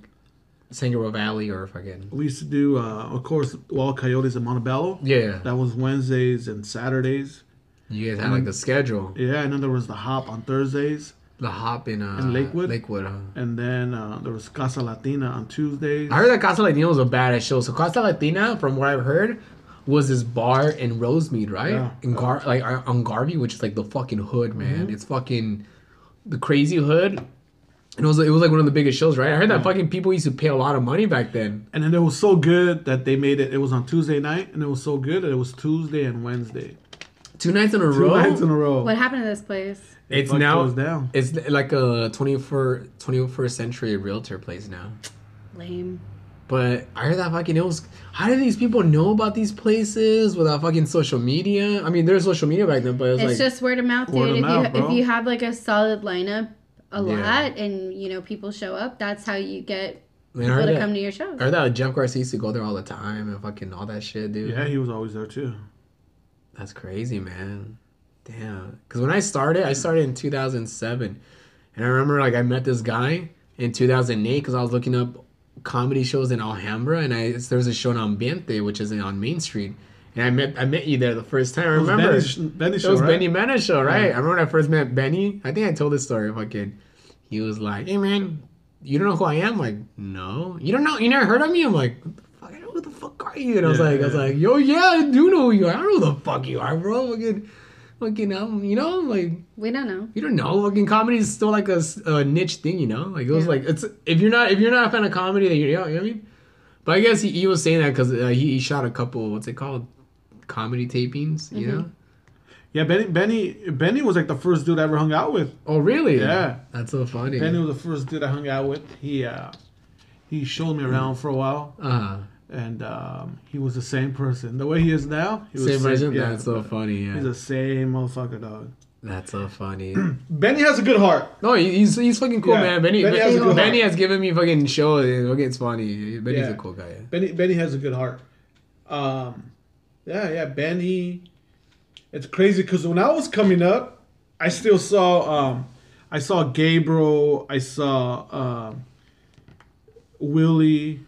B: Sangamo Valley or fucking
C: we used to do, uh, of course, Wild Coyotes in Montebello.
B: yeah.
C: That was Wednesdays and Saturdays.
B: You guys had like the
C: Mm.
B: schedule,
C: Yeah, and then there was the Hop on Thursdays,
B: the hop in, uh,
C: In Lakewood?
B: Lakewood. Huh?
C: and then uh, there was Casa Latina on Tuesdays.
B: I heard that Casa Latina was a badass show. So Casa Latina, from what I've heard, was this bar in Rosemead, right?
C: Yeah. Mm-hmm.
B: In Gar like uh, on Garvey, which is like the fucking hood, man. It's fucking the Crazy Hood. And it was it was like one of the biggest shows, right? I heard that fucking people used to pay a lot of money back then.
C: And then it was so good that they made it. It was on Tuesday night, and it was so good that it was Tuesday and Wednesday.
B: Two nights in a
C: Two
B: row.
C: nights in a row.
E: What happened to this place?
B: it's
C: Fuck
B: now
C: goes down.
B: it's like a 21st 21st century realtor place now.
E: Lame.
B: But I heard that fucking it was. How do these people know about these places without fucking social media? I mean, there's social media back then, but it was
E: It's
B: like
E: just word of mouth, dude.
C: Word of
E: if
C: mouth,
E: you
C: bro.
E: if you have like a solid lineup a
B: Yeah.
E: lot and you know people show up, that's how you get
B: I, mean,
E: people
B: I heard
E: to
B: that,
E: come to your shows.
B: I heard that Jeff Garcia used to go there all the time and fucking all that shit, dude.
C: Yeah, he was always there too.
B: That's crazy, man. Damn. Because when I started, I started in 2007. And I remember, like, I met this guy in 2008 because I was looking up comedy shows in Alhambra. And I it's- there was a show in Ambiente, which is on Main Street. And I met I met you there the first time. I
C: It was
B: remember.
C: Benny's, Benny's
B: It
C: show,
B: was
C: right?
B: Benny Mena show, right? I remember when I first met Benny. I think I told this story. Fucking, he was like, "Hey man, you don't know who I am?" like, no, you don't know. You never heard of me? I'm like, "What the fuck? I know who the fuck are you? And I was
C: Yeah,
B: like, I was
C: yeah.
B: like, yo, yeah, I do know who you. Are. I don't know who the fuck you are, bro. Fucking, fucking, um, you know, like
E: we don't know.
B: you don't know. Fucking comedy is still like a, s- a niche thing, you know. Like it was like it's if you're not if you're not a fan of comedy, then you're, you know what I mean. But I guess he, he was saying that because uh, he, he shot a couple. What's it called? Comedy tapings, you
C: Mm-hmm.
B: know.
C: Yeah, Benny, Benny, Benny was like the first dude I ever hung out with.
B: Oh really?
C: Yeah.
B: That's so funny.
C: Benny was the first dude I hung out with. He uh, he showed me around for a while,
B: Uh,
C: and um, he was the same person. The way he is now, he was
B: same version.
C: yeah.
B: That's so funny.
C: He's
B: Yeah.
C: the same motherfucker, dog.
B: That's so funny.
C: Benny has a good heart.
B: no, he- he's he's fucking cool,
C: Yeah,
B: man. Benny
C: Benny
B: Benny,
C: has a good
B: Benny
C: heart.
B: has given me fucking show. and Fucking, it's funny. Benny's
C: Yeah.
B: a cool guy. Yeah.
C: Benny Benny has a good heart. Um, yeah, yeah, Benny. It's crazy because when I was coming up, I still saw um, I saw Gabriel, I saw um, Willie,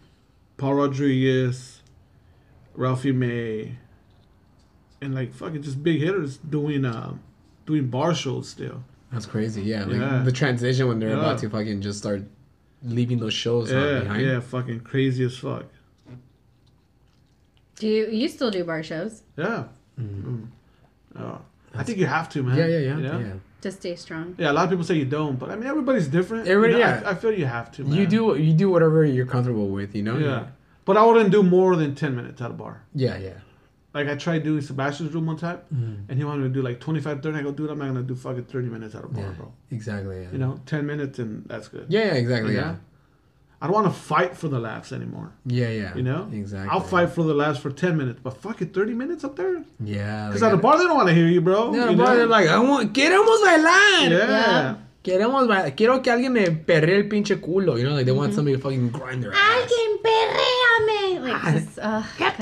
C: Paul Rodriguez, Ralphie May, and like fucking just big hitters doing um, doing bar shows still.
B: That's crazy. Yeah, like
C: Yeah.
B: the transition when they're
C: Yeah.
B: about to fucking just start leaving those shows uh,
C: Yeah,
B: behind.
C: yeah, fucking crazy as fuck.
E: Do you, you still do bar shows
C: Yeah. Mm. Uh, I think you have to, man.
B: Mm-hmm. Yeah, yeah, yeah,
C: You
B: yeah.
C: know?
E: to stay strong?
C: Yeah, a lot of people say you don't, but I mean everybody's different. You
B: Everybody-
C: know,
B: yeah.
C: I, I feel you have to. Man.
B: You do you do whatever you're comfortable with, you know.
C: Yeah, but I wouldn't do more than ten minutes at a bar.
B: yeah, yeah.
C: Like I tried doing Sebastian's room one time,
B: Mm.
C: and he wanted me to do like 25, 30. I go, dude, I'm not gonna do fucking thirty minutes at a bar,
B: Yeah.
C: bro.
B: Exactly. Yeah.
C: You know, ten minutes and that's good.
B: yeah, yeah, exactly.
C: You
B: Yeah.
C: know? I don't want to fight for the laughs anymore.
B: yeah, yeah.
C: You know,
B: exactly.
C: I'll fight for the laughs for ten minutes, but fucking thirty minutes up there,
B: Yeah,
C: because at a bar they don't want to hear you, bro.
B: Yeah,
C: you
B: bar,
C: know?
B: they're like, I want queremos bailar.
C: yeah.
E: Yeah.
B: Queremos ba- quiero que alguien me perre el pinche culo. You know, like they want somebody to fucking grind their ass.
D: perréame.
E: Like, just, uh,
D: Quiero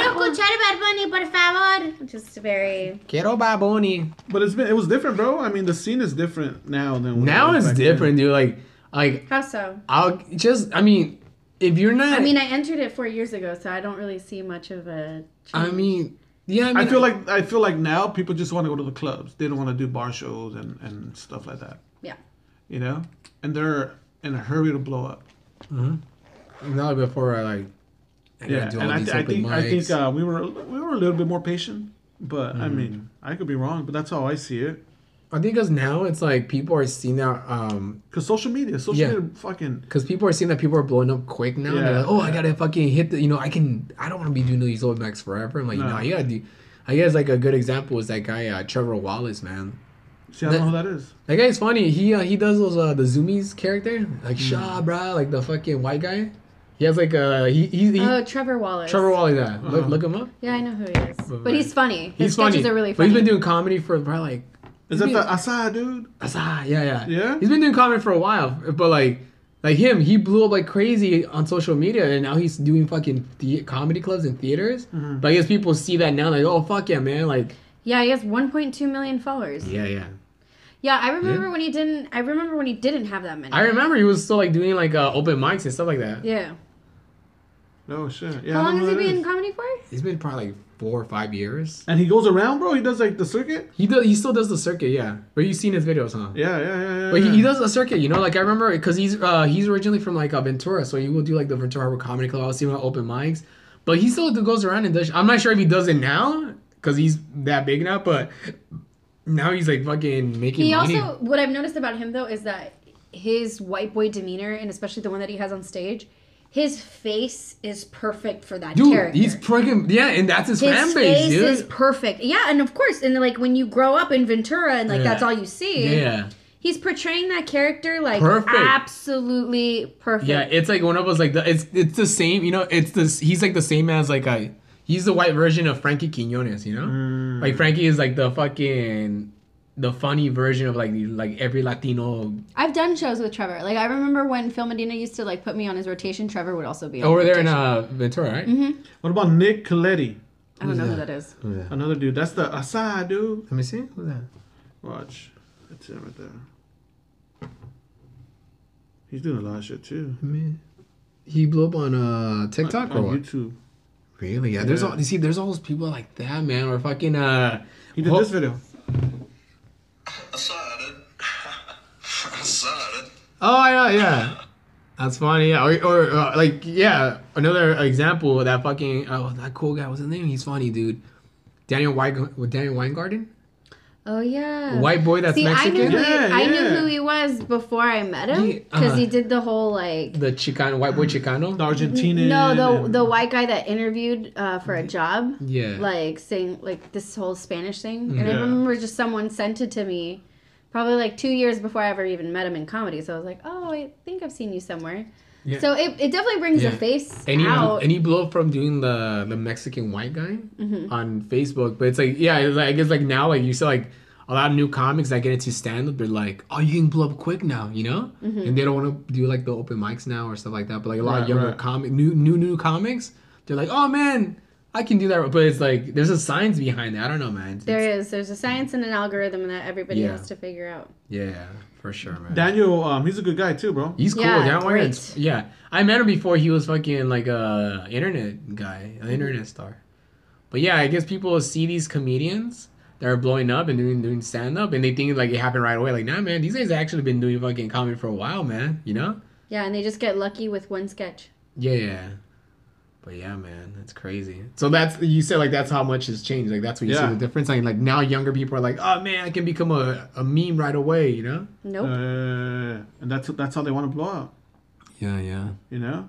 D: escuchar Bad Bunny, por favor.
E: just very.
B: Quiero baboni.
C: But it's been it was different, bro. I mean, the scene is different now than when it
B: Now
C: was
B: it's
C: back then.
B: different, dude. Like, like
E: How so?
B: I'll just. I mean, if you're not.
E: I mean, I entered it four years ago, so I don't really see much of a.
B: I mean, yeah. I, mean,
C: I feel like I feel like now people just want to go to the clubs. They don't want to do bar shows and, and stuff like that.
E: Yeah.
C: You know, and they're in a hurry to blow up.
B: not before I like. I gotta
C: Yeah,
B: do all
C: and I,
B: these
C: th- I
B: open
C: think I think
B: mics. Mm-hmm.
C: uh, we were we were a little bit more patient, but I mean I could be wrong, but that's how I see it.
B: I think because now it's like people are seeing that. Um,
C: Cause social media, social
B: Yeah.
C: media, fucking
B: because people are seeing that people are blowing up quick now. and They're
C: Yeah.
B: like, oh, I gotta fucking hit the. You know, I can. I don't want to be doing these old mics forever. I'm like, no,
C: No.
B: you gotta do. I guess like a good example is that guy uh, Trevor Wallace, man.
C: see, I don't know who
B: That-
C: that is.
B: That guy's funny. He uh, he does those uh, the zoomies character like
C: Hmm.
B: Shaw, bruh, like the fucking white guy. He has like uh he he, he
E: Oh, Trevor Wallace.
B: Trevor Wally that look,
C: Uh-huh.
B: look him up.
E: Yeah, I know who he is, but
B: right.
E: he's funny. His
B: He's funny.
E: sketches are really
B: But
E: funny.
B: he's been doing comedy for probably like
C: Is
B: he's
C: that
B: been-
C: the Asa dude?
B: Asa, yeah, yeah.
C: Yeah?
B: He's been doing comedy for a while, but like like him, he blew up like crazy on social media and now he's doing fucking the- comedy clubs and theaters.
C: Mm-hmm.
B: But I guess people see that now like, "Oh fuck yeah, man." Like
E: yeah, he has 1.2 million followers.
B: Yeah, yeah.
E: Yeah, I remember when he didn't. I remember when he didn't have that many.
B: I remember he was still like doing like uh, open mics and stuff like that.
E: yeah.
C: Oh shit! Yeah,
E: How
C: I don't
E: long
C: know
E: has he
C: who that
E: been in
C: is.
E: comedy for?
B: He's been probably like 4 or 5 years.
C: And he goes around, bro. He does like the circuit.
B: He does. He still does the circuit, yeah. But you've seen his videos, huh?
C: Yeah, yeah, yeah, yeah.
B: But he,
C: yeah.
B: he does a circuit, you know. Like I remember, because he's uh, he's originally from like uh, Ventura, so he will do like the Ventura Harbor Comedy Club. I'll see him at open mics, but he still do- goes around and does. I'm not sure if he does it now because he's that big now, but now he's like fucking making
D: He
B: money.
D: also, what I've noticed about him though is that his white boy demeanor, and especially the one that he has on stage, his face is perfect for that
B: dude,
D: character.
B: he's friggin' yeah, and that's his,
D: his
B: fan
D: face
B: base, dude.
D: is perfect. Yeah, and of course, and like when you grow up in Ventura, and like
B: Yeah.
D: that's all you see.
B: yeah,
D: he's portraying that character like
B: Perfect.
D: absolutely perfect.
B: yeah, it's like one of us like the, it's it's the same, you know. It's this. He's like the same as like I. He's the white version of Frankie Quinones, you know. Like Frankie is like the fucking the funny version of like the- like every Latino
E: I've done shows with Trevor. Like I remember when Phil Medina used to like put me on his rotation. Trevor would also be on
B: over
E: the
B: there in
E: rotation.
B: uh, Ventura, right?
C: What about Nick Coletti?
E: I don't know who that is.
C: Oh,
B: Who's that?
C: Another dude. That's the Asad dude.
B: Let me see. Who's that?
C: Watch. That's him right there. He's doing a lot of shit too.
B: He blew up on uh TikTok or
C: On
B: what?
C: YouTube.
B: Really? Yeah. There's
C: Yeah.
B: all you see. There's all those people like that, man. Or fucking uh.
C: He did
B: Well-
C: this video.
F: Asada. Asada.
B: Oh, I know, yeah. That's funny, yeah. Or, or uh, like, yeah, another example of that fucking, oh, that cool guy, what's his name? He's funny, dude. Daniel, Weig- with Daniel Weingarten?
E: Oh yeah.
B: White boy that's
E: See, I
B: Mexican?
E: knew, who
C: Yeah,
E: he, I knew
C: yeah.
E: who he was before I met him
B: Yeah,
E: because
B: uh,
E: he did the whole like
B: The Chicano, white boy Chicano?
C: The Argentinian.
E: no the
C: and-
E: the white guy that interviewed uh, for a job
B: Yeah.
E: like saying like this whole Spanish thing and I
C: Yeah.
E: remember just someone sent it to me probably like two years before I ever even met him in comedy so I was like oh I think I've seen you somewhere
B: Yeah.
E: so it, it definitely brings
B: Yeah.
E: a face
B: any
E: out
B: any blow up from doing the the Mexican white guy on Facebook, but it's like yeah, it's like, I guess like now like you saw like a lot of new comics that get into stand up, they're like, oh, you can blow up quick now, you know, and they don't want to do like the open mics now or stuff like that. But like a lot of
C: Right,
B: younger
C: right.
B: comic new new new comics, they're like, oh man, I can do that, but it's like there's a science behind that. I don't know, man. It's-
E: there is there's a science and an algorithm that everybody
B: Yeah.
E: has to figure out
B: yeah, for sure, man.
C: Daniel, um, he's a good guy too, bro.
B: He's cool.
E: Yeah,
B: Yeah,
E: great.
B: yeah, I met him before he was fucking like a internet guy, an internet star. But yeah, I guess people see these comedians that are blowing up and doing doing stand up, and they think like it happened right away. Like, nah, man, these guys actually been doing fucking comedy for a while, man. You know?
E: yeah and they just get lucky with one sketch
B: Yeah, yeah. But yeah, man, that's crazy. So that's you said like that's how much has changed. Like that's what you
C: Yeah.
B: see the difference. Like like now younger people are like, oh man, I can become a, a meme right away. You know?
E: nope
C: Uh, and that's that's how they want to blow up,
B: Yeah, yeah,
C: you know.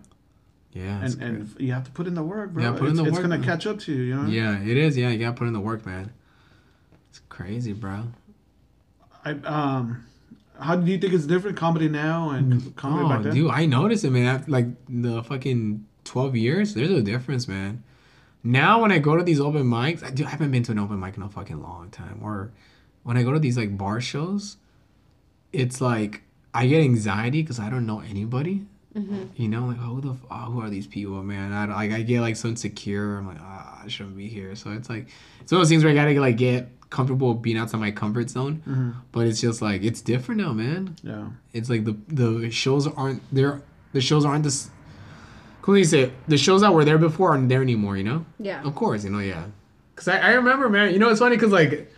B: yeah.
C: And and you have to put in the work, bro.
B: Yeah, put in
C: it's,
B: the
C: it's
B: work,
C: gonna
B: man.
C: catch up to you, you know.
B: Yeah, it is. Yeah, you gotta put in the work, man. It's crazy, bro.
C: I um, how do you think it's different comedy now and comedy
B: Oh,
C: back then?
B: dude, I noticed it, man. After, like the fucking twelve years, there's a difference, man. Now when I go to these open mics, I do. I haven't been to an open mic in a fucking long time. Or when I go to these like bar shows, it's like I get anxiety because I don't know anybody. You know, like oh, who the f- oh, who are these people, man? I like I get like so insecure. I'm like ah, I shouldn't be here. So it's like it's one of those things where I gotta like get comfortable being outside my comfort zone. But it's just like it's different now, man
C: yeah,
B: it's like the the shows aren't there the shows aren't this cool you say the shows that were there before aren't there anymore you know
E: Yeah.
B: of course you know yeah because I, I remember man you know it's funny because like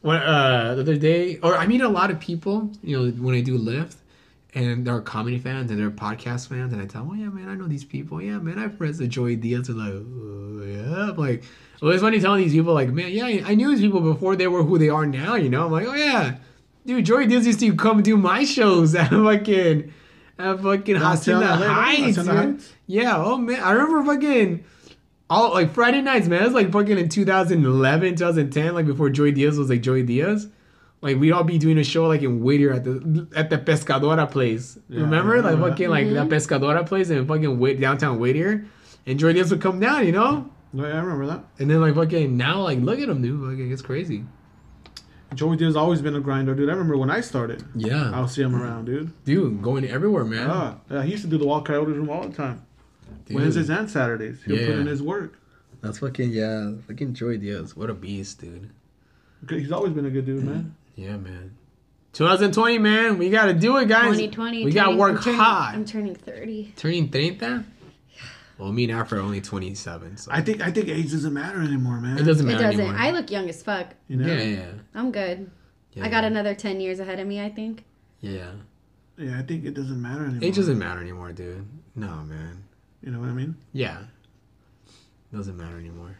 B: when uh the other day or i meet a lot of people you know when i do lift and they're comedy fans and they're podcast fans and i tell them oh yeah man i know these people yeah man i've read the joey diaz they're like "Oh, yeah I'm like well it's funny telling these people like man yeah i knew these people before they were who they are now you know i'm like oh yeah dude joey diaz used to come do my shows at fucking at fucking
C: Downtown
B: hacienda
C: LA,
B: heights,
C: Hacienda
B: man.
C: Heights?
B: yeah oh man i remember fucking all like Friday nights, man. It's like fucking in 2011, 2010, like before Joey Diaz was like Joey Diaz. Like we'd all be doing a show like in Whittier at the at the Pescadora place.
C: Yeah,
B: remember,
C: I
B: like
C: remember
B: fucking like that Pescadora place in fucking Whit- downtown Whittier, and Joey Diaz would come down, you know.
C: yeah, I remember that.
B: And then like fucking now, like look at him, dude. Fucking it's crazy.
C: Joey Diaz always been a grinder, dude. I remember when I started.
B: Yeah,
C: I'll see him around, dude.
B: dude, going everywhere, man.
C: Yeah, yeah he used to do the walk coyotes room all the time,
B: Dude,
C: Wednesdays and Saturdays. He'll put
B: Yeah.
C: in his work.
B: That's fucking yeah, fucking Joey Diaz. What a beast, dude.
C: Good- He's always been a good dude, man.
B: Yeah, man. 2020, man. We gotta do it, guys.
E: 2020
B: We gotta
E: turning-
B: work
E: I'm turning-
B: hard.
E: I'm turning 30
B: Turning 30? Well, me and Afro are only 27, so
C: I think I think age doesn't matter anymore, man.
B: it doesn't
E: it
B: matter
E: doesn't
B: anymore.
E: I look young as fuck
C: You know?
B: yeah, yeah,
E: I'm good
B: yeah.
E: I got another 10 years ahead of me, I think.
B: Yeah.
C: Yeah, I think it doesn't matter anymore.
B: It doesn't matter anymore, dude. No, man.
C: You know what I mean?
B: Yeah. Doesn't matter anymore.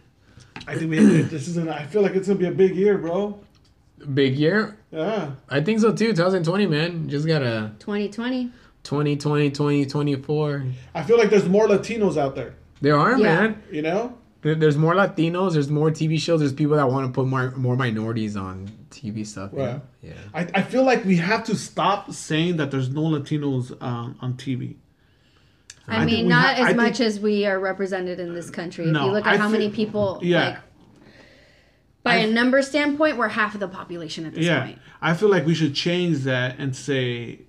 C: I think we, this is. An, I feel like it's gonna be a big year, bro.
B: big year.
C: Yeah.
B: I think so too. 2020, man. Just gotta
D: 2020.
B: 2020, 2024.
C: I feel like there's more Latinos out there.
B: There are,
D: Yeah.
B: man.
C: You know?
B: There- There's more Latinos. There's more TV shows. There's people that want to put more more minorities on TV stuff. you
C: Right.
B: know? Yeah.
C: I, I feel like we have to stop saying that there's no Latinos um, on TV.
D: I,
C: I think
D: mean,
C: we
D: not
C: ha- I
D: as
C: think-
D: much as we are represented in this country. if
C: No,
D: you look at
C: I
D: how many
C: think-
D: people,
C: Yeah.
D: like, by a number standpoint, we're half of the population at this
C: yeah.
D: point.
C: I feel like we should change that and say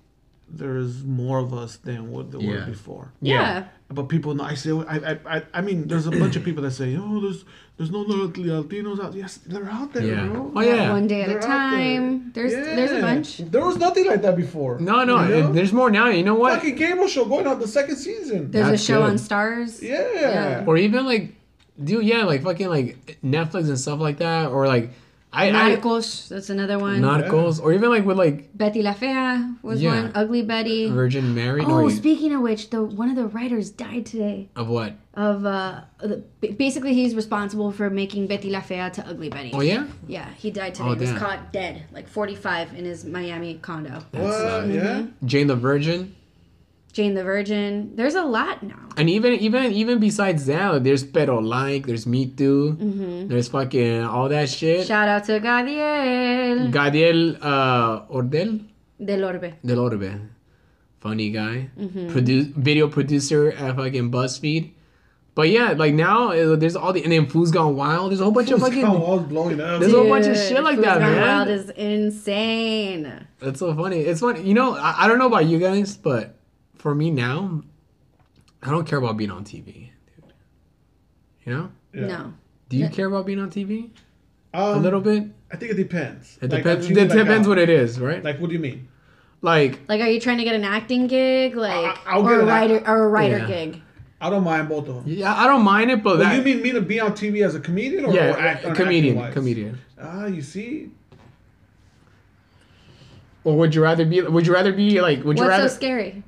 C: there's more of us than what there were
B: Yeah.
C: before.
D: Yeah.
C: But people, know- I say, I, I, I, I mean, there's a bunch of people that say, oh, there's, there's no Lat- Latinos out. Yes, they're out there,
B: Yeah.
C: bro.
B: Oh yeah.
D: One day at
C: They're
D: a
C: out there.
D: time. There's there's a
C: Yeah.
D: bunch.
C: There was nothing like that before.
B: No, no.
C: You know?
B: and There's more now. You know what?
C: fucking Gabriel show going on the second season.
D: There's
B: That's
D: a show
B: good.
D: on Stars.
C: yeah.
B: or even like, dude, yeah, like fucking like Netflix and stuff like that, or like, I, I
D: Narcos, that's another one.
B: Narcos, or even like with like
D: Betty La Fea was
B: Yeah.
D: one. Ugly Betty.
B: Virgin Mary,
D: Oh,
B: or
D: speaking of which, the one of the writers died today.
B: of what?
D: Of uh, the, ba- basically he's responsible for making Betty La Fea to Ugly Betty.
B: Oh yeah,
D: Yeah, he died today.
B: Oh,
D: he was
B: damn.
D: caught dead, like 45, in his Miami condo.
B: uh,
C: What? Yeah.
B: Jane the Virgin,
D: Jane the Virgin. There's a lot now.
B: and even even even besides that, like, there's Pero Like, there's Me Too, there's fucking all that shit.
D: Shout out to Gadiel
B: Gadiel uh, Ordel
D: del Orbe.
B: Del Orbe, funny guy, Produ- video producer at fucking BuzzFeed. But yeah, like now uh, there's all the and then Food's Gone Wild. There's a whole bunch of fucking
C: walls blowing up.
B: There's a whole bunch of shit like
D: Food
B: that,
D: Gone
B: man.
D: Wild is insane.
B: That's so funny. It's funny. You know, I, I don't know about you guys, but for me now, I don't care about being on TV. Dude. You know?
C: Yeah.
D: No.
B: Do you care about being on TV? A
C: Um,
B: little bit?
C: I think it depends.
B: It
C: Like,
B: depends.
C: I mean,
B: It
C: like,
B: depends
C: uh,
B: what it is, right? Like,
C: Like, what do you mean?
D: Like, are you trying to get an acting gig, like,
C: I- I'll
D: or
C: get
D: a
C: an act-
D: writer, or a writer
B: Yeah.
D: gig?
C: I don't mind both of them.
B: yeah, I don't mind it, but
C: Well,
B: that
C: you mean me to be on TV as a comedian or,
B: yeah,
C: or act, or
B: comedian,
C: acting-wise?
B: comedian.
C: Ah, you see,
B: Or would you rather be? Would you rather be like? Would you
D: What's
B: rather?
D: so scary?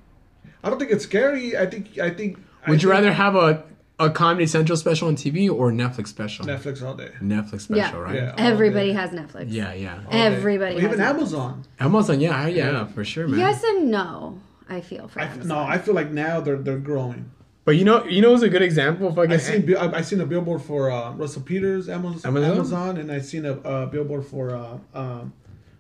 C: I don't think it's scary. I think I think. I
B: would you
C: think
B: rather have a a Comedy Central special on TV or Netflix special?
C: Netflix all day?
B: Netflix special, right?
C: Yeah. all
D: Everybody
C: day.
D: has Netflix.
B: yeah, yeah.
C: All day.
D: Everybody
C: Well, even
D: has
C: Amazon.
B: Amazon, yeah, I- yeah, for sure, man.
D: Yes and no. I feel for
C: I,
D: Amazon.
C: no, I feel like now they're they're growing.
B: But you know, you know, what's a good example. Fucking
C: I seen bi- I, I seen a billboard for uh, Russell Peters Amazon,
B: Amazon?
C: Amazon and I seen a uh, billboard for uh, um,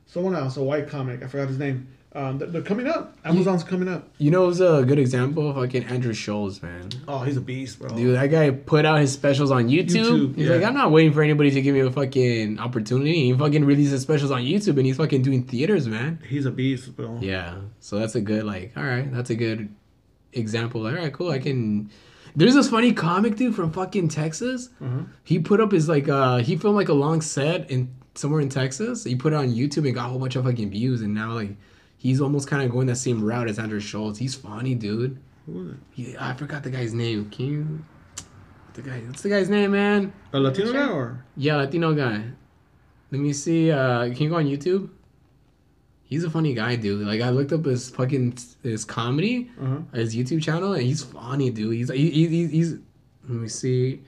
C: someone else, a white comic. I forgot his name. Um, they're, they're coming up. Amazon's coming up.
B: You know, it's a good example of fucking Andrew Scholes, man.
C: Oh, he's a beast, bro.
B: Dude, that guy put out his specials on YouTube.
C: YouTube,
B: he's
C: yeah.
B: like, I'm not waiting for anybody to give me a fucking opportunity. He fucking releases specials on YouTube and he's fucking doing theaters, man.
C: He's a beast, bro.
B: Yeah. So that's a good, like, all right, that's a good example. All right, cool. I can. There's this funny comic dude from fucking Texas.
C: Mm-hmm.
B: He put up his, like, uh, he filmed like a long set in somewhere in Texas. He put it on YouTube and got a whole bunch of fucking views. And now, like, he's almost kind of going that same route as Andrew Schultz. He's funny, dude.
C: Who was it?
B: Yeah, I forgot the guy's name. Can you? The guy. What's the guy's name, man?
C: A Latino guy or?
B: Yeah, Latino guy. Let me see. Uh, can you go on YouTube? He's a funny guy, dude. Like I looked up his fucking his comedy,
C: Uh-huh.
B: his YouTube channel, and he's funny, dude. He's he, he, he, he's. Let me see.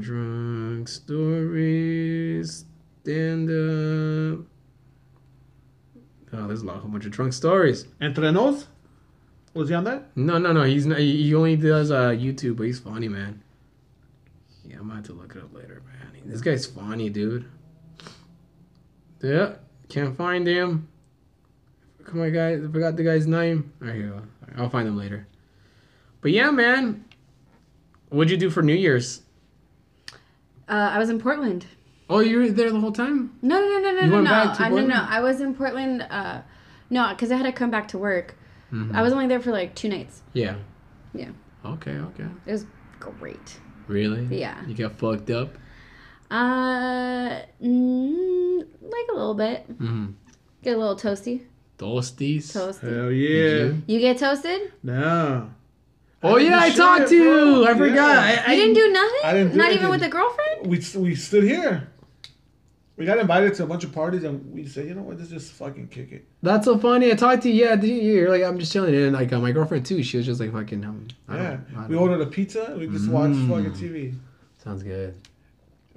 B: Drunk stories, stand up. Oh, there's a lot, a whole bunch of drunk stories.
C: Entre Nos? Was he on that?
B: No, no, no. He's not. He he only does uh, YouTube, but he's funny, man. Yeah, I'm gonna have to look it up later, man. This guy's funny, dude. Yeah, can't find him. Come on, guys. I forgot the guy's name. All right, here. we go. All right, I'll find him later. But yeah, man. What'd you do for New Year's?
D: Uh, I was in Portland.
B: Oh, you were there the whole time.
D: No, no, no, no, no,
B: went
D: no.
B: back to
D: I, no, no.
B: Portland?
D: I was in Portland. Uh, no, because I had to come back to work.
B: Mm-hmm.
D: I was only there for like two nights.
B: Yeah.
D: Yeah.
B: Okay. Okay.
D: It was great.
B: Really?
D: Yeah.
B: You got fucked up.
D: Uh, mm, like a little bit.
B: Mm-hmm.
D: Get a little toasty.
B: Tosties.
D: Toasty.
C: Hell
B: Did
C: yeah.
B: you?
D: You get toasted?
C: No.
B: Oh yeah, I
C: Shit,
B: talked to you.
C: bro.
B: I forgot.
C: Yeah.
B: I, I
D: you didn't do nothing?
C: I didn't do
D: Not even
C: anything.
D: with a girlfriend?
C: We, we stood here. We got invited to a bunch of parties and we said, you know what, let's just fucking kick it.
B: That's so funny. I talked to you. Yeah, did you, you're like, I'm just chilling. And like, uh, my girlfriend too. She was just like, fucking, um, I
C: Yeah.
B: don't, Mm. I
C: We
B: don't-
C: ordered a pizza. We just watched fucking TV.
B: Sounds good.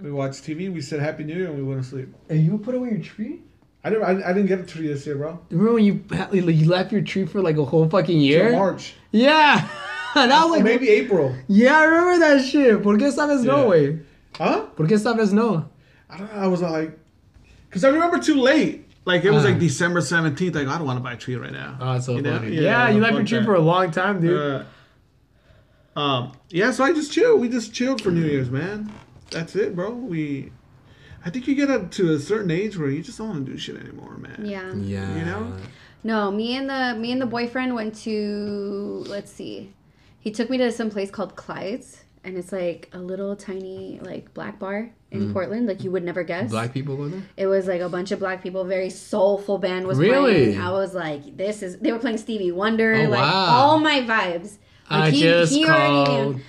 C: We watched TV. We said Happy New Year and we went to sleep.
B: And you put away your tree?
C: I didn't. I, I didn't get a tree this year, bro.
B: Remember when you you left your tree for like a whole fucking year?
C: Till March,
B: Yeah. and I was
C: or
B: like,
C: Oh, maybe April,
B: yeah, I remember that shit. ¿Por qué sabes
C: Yeah.
B: no, güey?
C: huh?
B: ¿Por qué sabes no?
C: I don't know. I was like, because I remember too late. Like it was
B: Ah.
C: like December seventeenth. Like I don't want to buy a tree right now.
B: Oh, it's so
C: You know?
B: funny. Yeah, you left your
C: fuck
B: tree
C: that.
B: for a long time, dude.
C: Uh, um, yeah, so I just chilled. We just chilled for New Year's, man. That's it, bro. We, I think you get up to a certain age where you just don't want to do shit anymore, man.
D: Yeah.
B: yeah.
C: you know?
D: No, me and the me and the boyfriend went to let's see. He took me to some place called Clyde's and it's like a little tiny like black bar in Portland, like you would never guess.
B: Mm-hmm. Black people go there?
D: It was like a bunch of black people, very soulful band was
B: Really?
D: playing. I was like, this is they were playing Stevie Wonder,
B: Oh,
D: like
B: wow.
D: all my vibes.
B: I
D: Like he,
B: just
D: he already knew.
B: called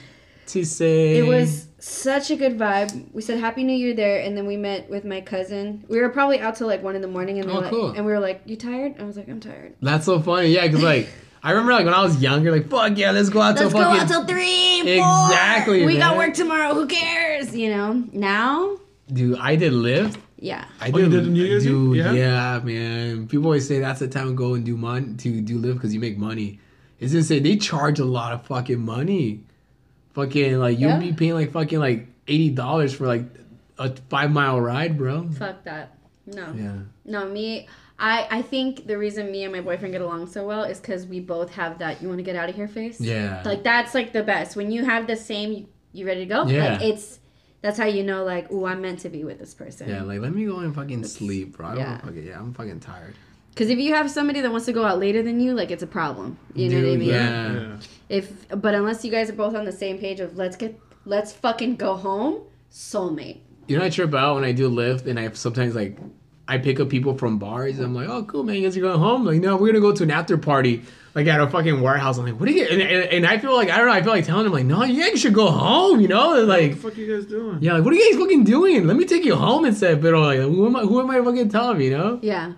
B: to say.
D: It was such a good vibe. We said Happy New Year there, and then we met with my cousin. We were probably out till like one in the morning, and, we
B: Oh,
D: were like,
B: cool.
D: and we were like, "You tired?" I was like, "I'm tired."
B: That's so funny. Yeah, because like I remember like when I was younger, like fuck yeah, let's go out
D: Let's
B: to
D: go
B: fucking
D: out till three. four.
B: Exactly,
D: We got
B: man.
D: work tomorrow. Who cares? You know. Now,
B: dude. I did lift.
D: yeah.
B: I
C: Oh, you did the New Year's Eve?
B: dude.
C: Yeah?
B: Yeah? man. People always say that's the time to go and do mon to do lift because you make money. It's insane. They charge a lot of fucking money. Fucking like you'll
D: Yeah.
B: be paying like fucking like eighty dollars for like a five mile ride, bro.
D: Fuck that. No.
B: Yeah.
D: No, me. I, I think the reason me and my boyfriend get along so well is because we both have that you want to get out of here face.
B: Yeah.
D: Like that's like the best when you have the same. You, you ready to go?
B: Yeah.
D: Like it's that's how you know like oh I'm meant to be with this person.
B: yeah, like let me go and fucking sleep, bro. I don't
D: yeah.
B: wanna fucking yeah, I'm fucking tired.
D: Because if you have somebody that wants to go out later than you, like it's a problem. You know what I
B: Dude,
D: mean?
B: yeah.
C: Yeah.
D: If but unless you guys are both on the same page of let's get let's fucking go home, soulmate.
B: You know, I trip out when I do lift, and I sometimes like I pick up people from bars. And I'm like, oh, cool, man, you guys are going home. Like, no, we're gonna go to an after party, like at a fucking warehouse. I'm like, what are you? And, and, and I feel like I don't know. I feel like telling them like, no, you guys should go home. You know, And,
C: What
B: like.
C: the fuck you guys doing?
B: Yeah, like what are you guys fucking doing? Let me take you home instead. But oh, like, who am I? Who am I fucking telling? You know?
D: Yeah.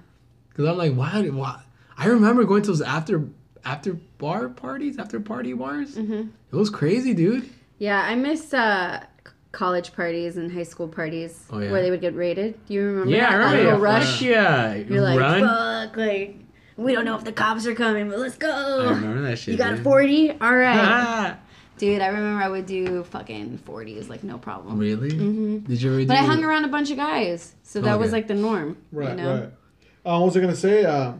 B: Because I'm like, why? Why? I remember going to those after after bar parties, after party bars.
D: Mm-hmm.
B: It was crazy, dude.
D: Yeah, I miss uh c- college parties and high school parties
B: Oh, yeah.
D: where they would get raided. Do you remember
B: Yeah, I
D: that?
B: remember.
D: That little
B: that.
D: rush.
B: Yeah,
D: You're like,
B: run.
D: fuck, like we don't know if the cops are coming, but let's
B: I
D: go.
B: remember that shit.
D: You got
B: dude.
D: a 40? All right.
B: Ah.
D: Dude, I remember I would do fucking 40s like no problem.
B: Really? Did you ever
D: Mm-hmm. But
B: do?
D: I hung around a bunch of guys, so that was
B: Okay.
D: like the norm. you
C: Right,
D: know?
C: right. Uh, what was I gonna say? Uh,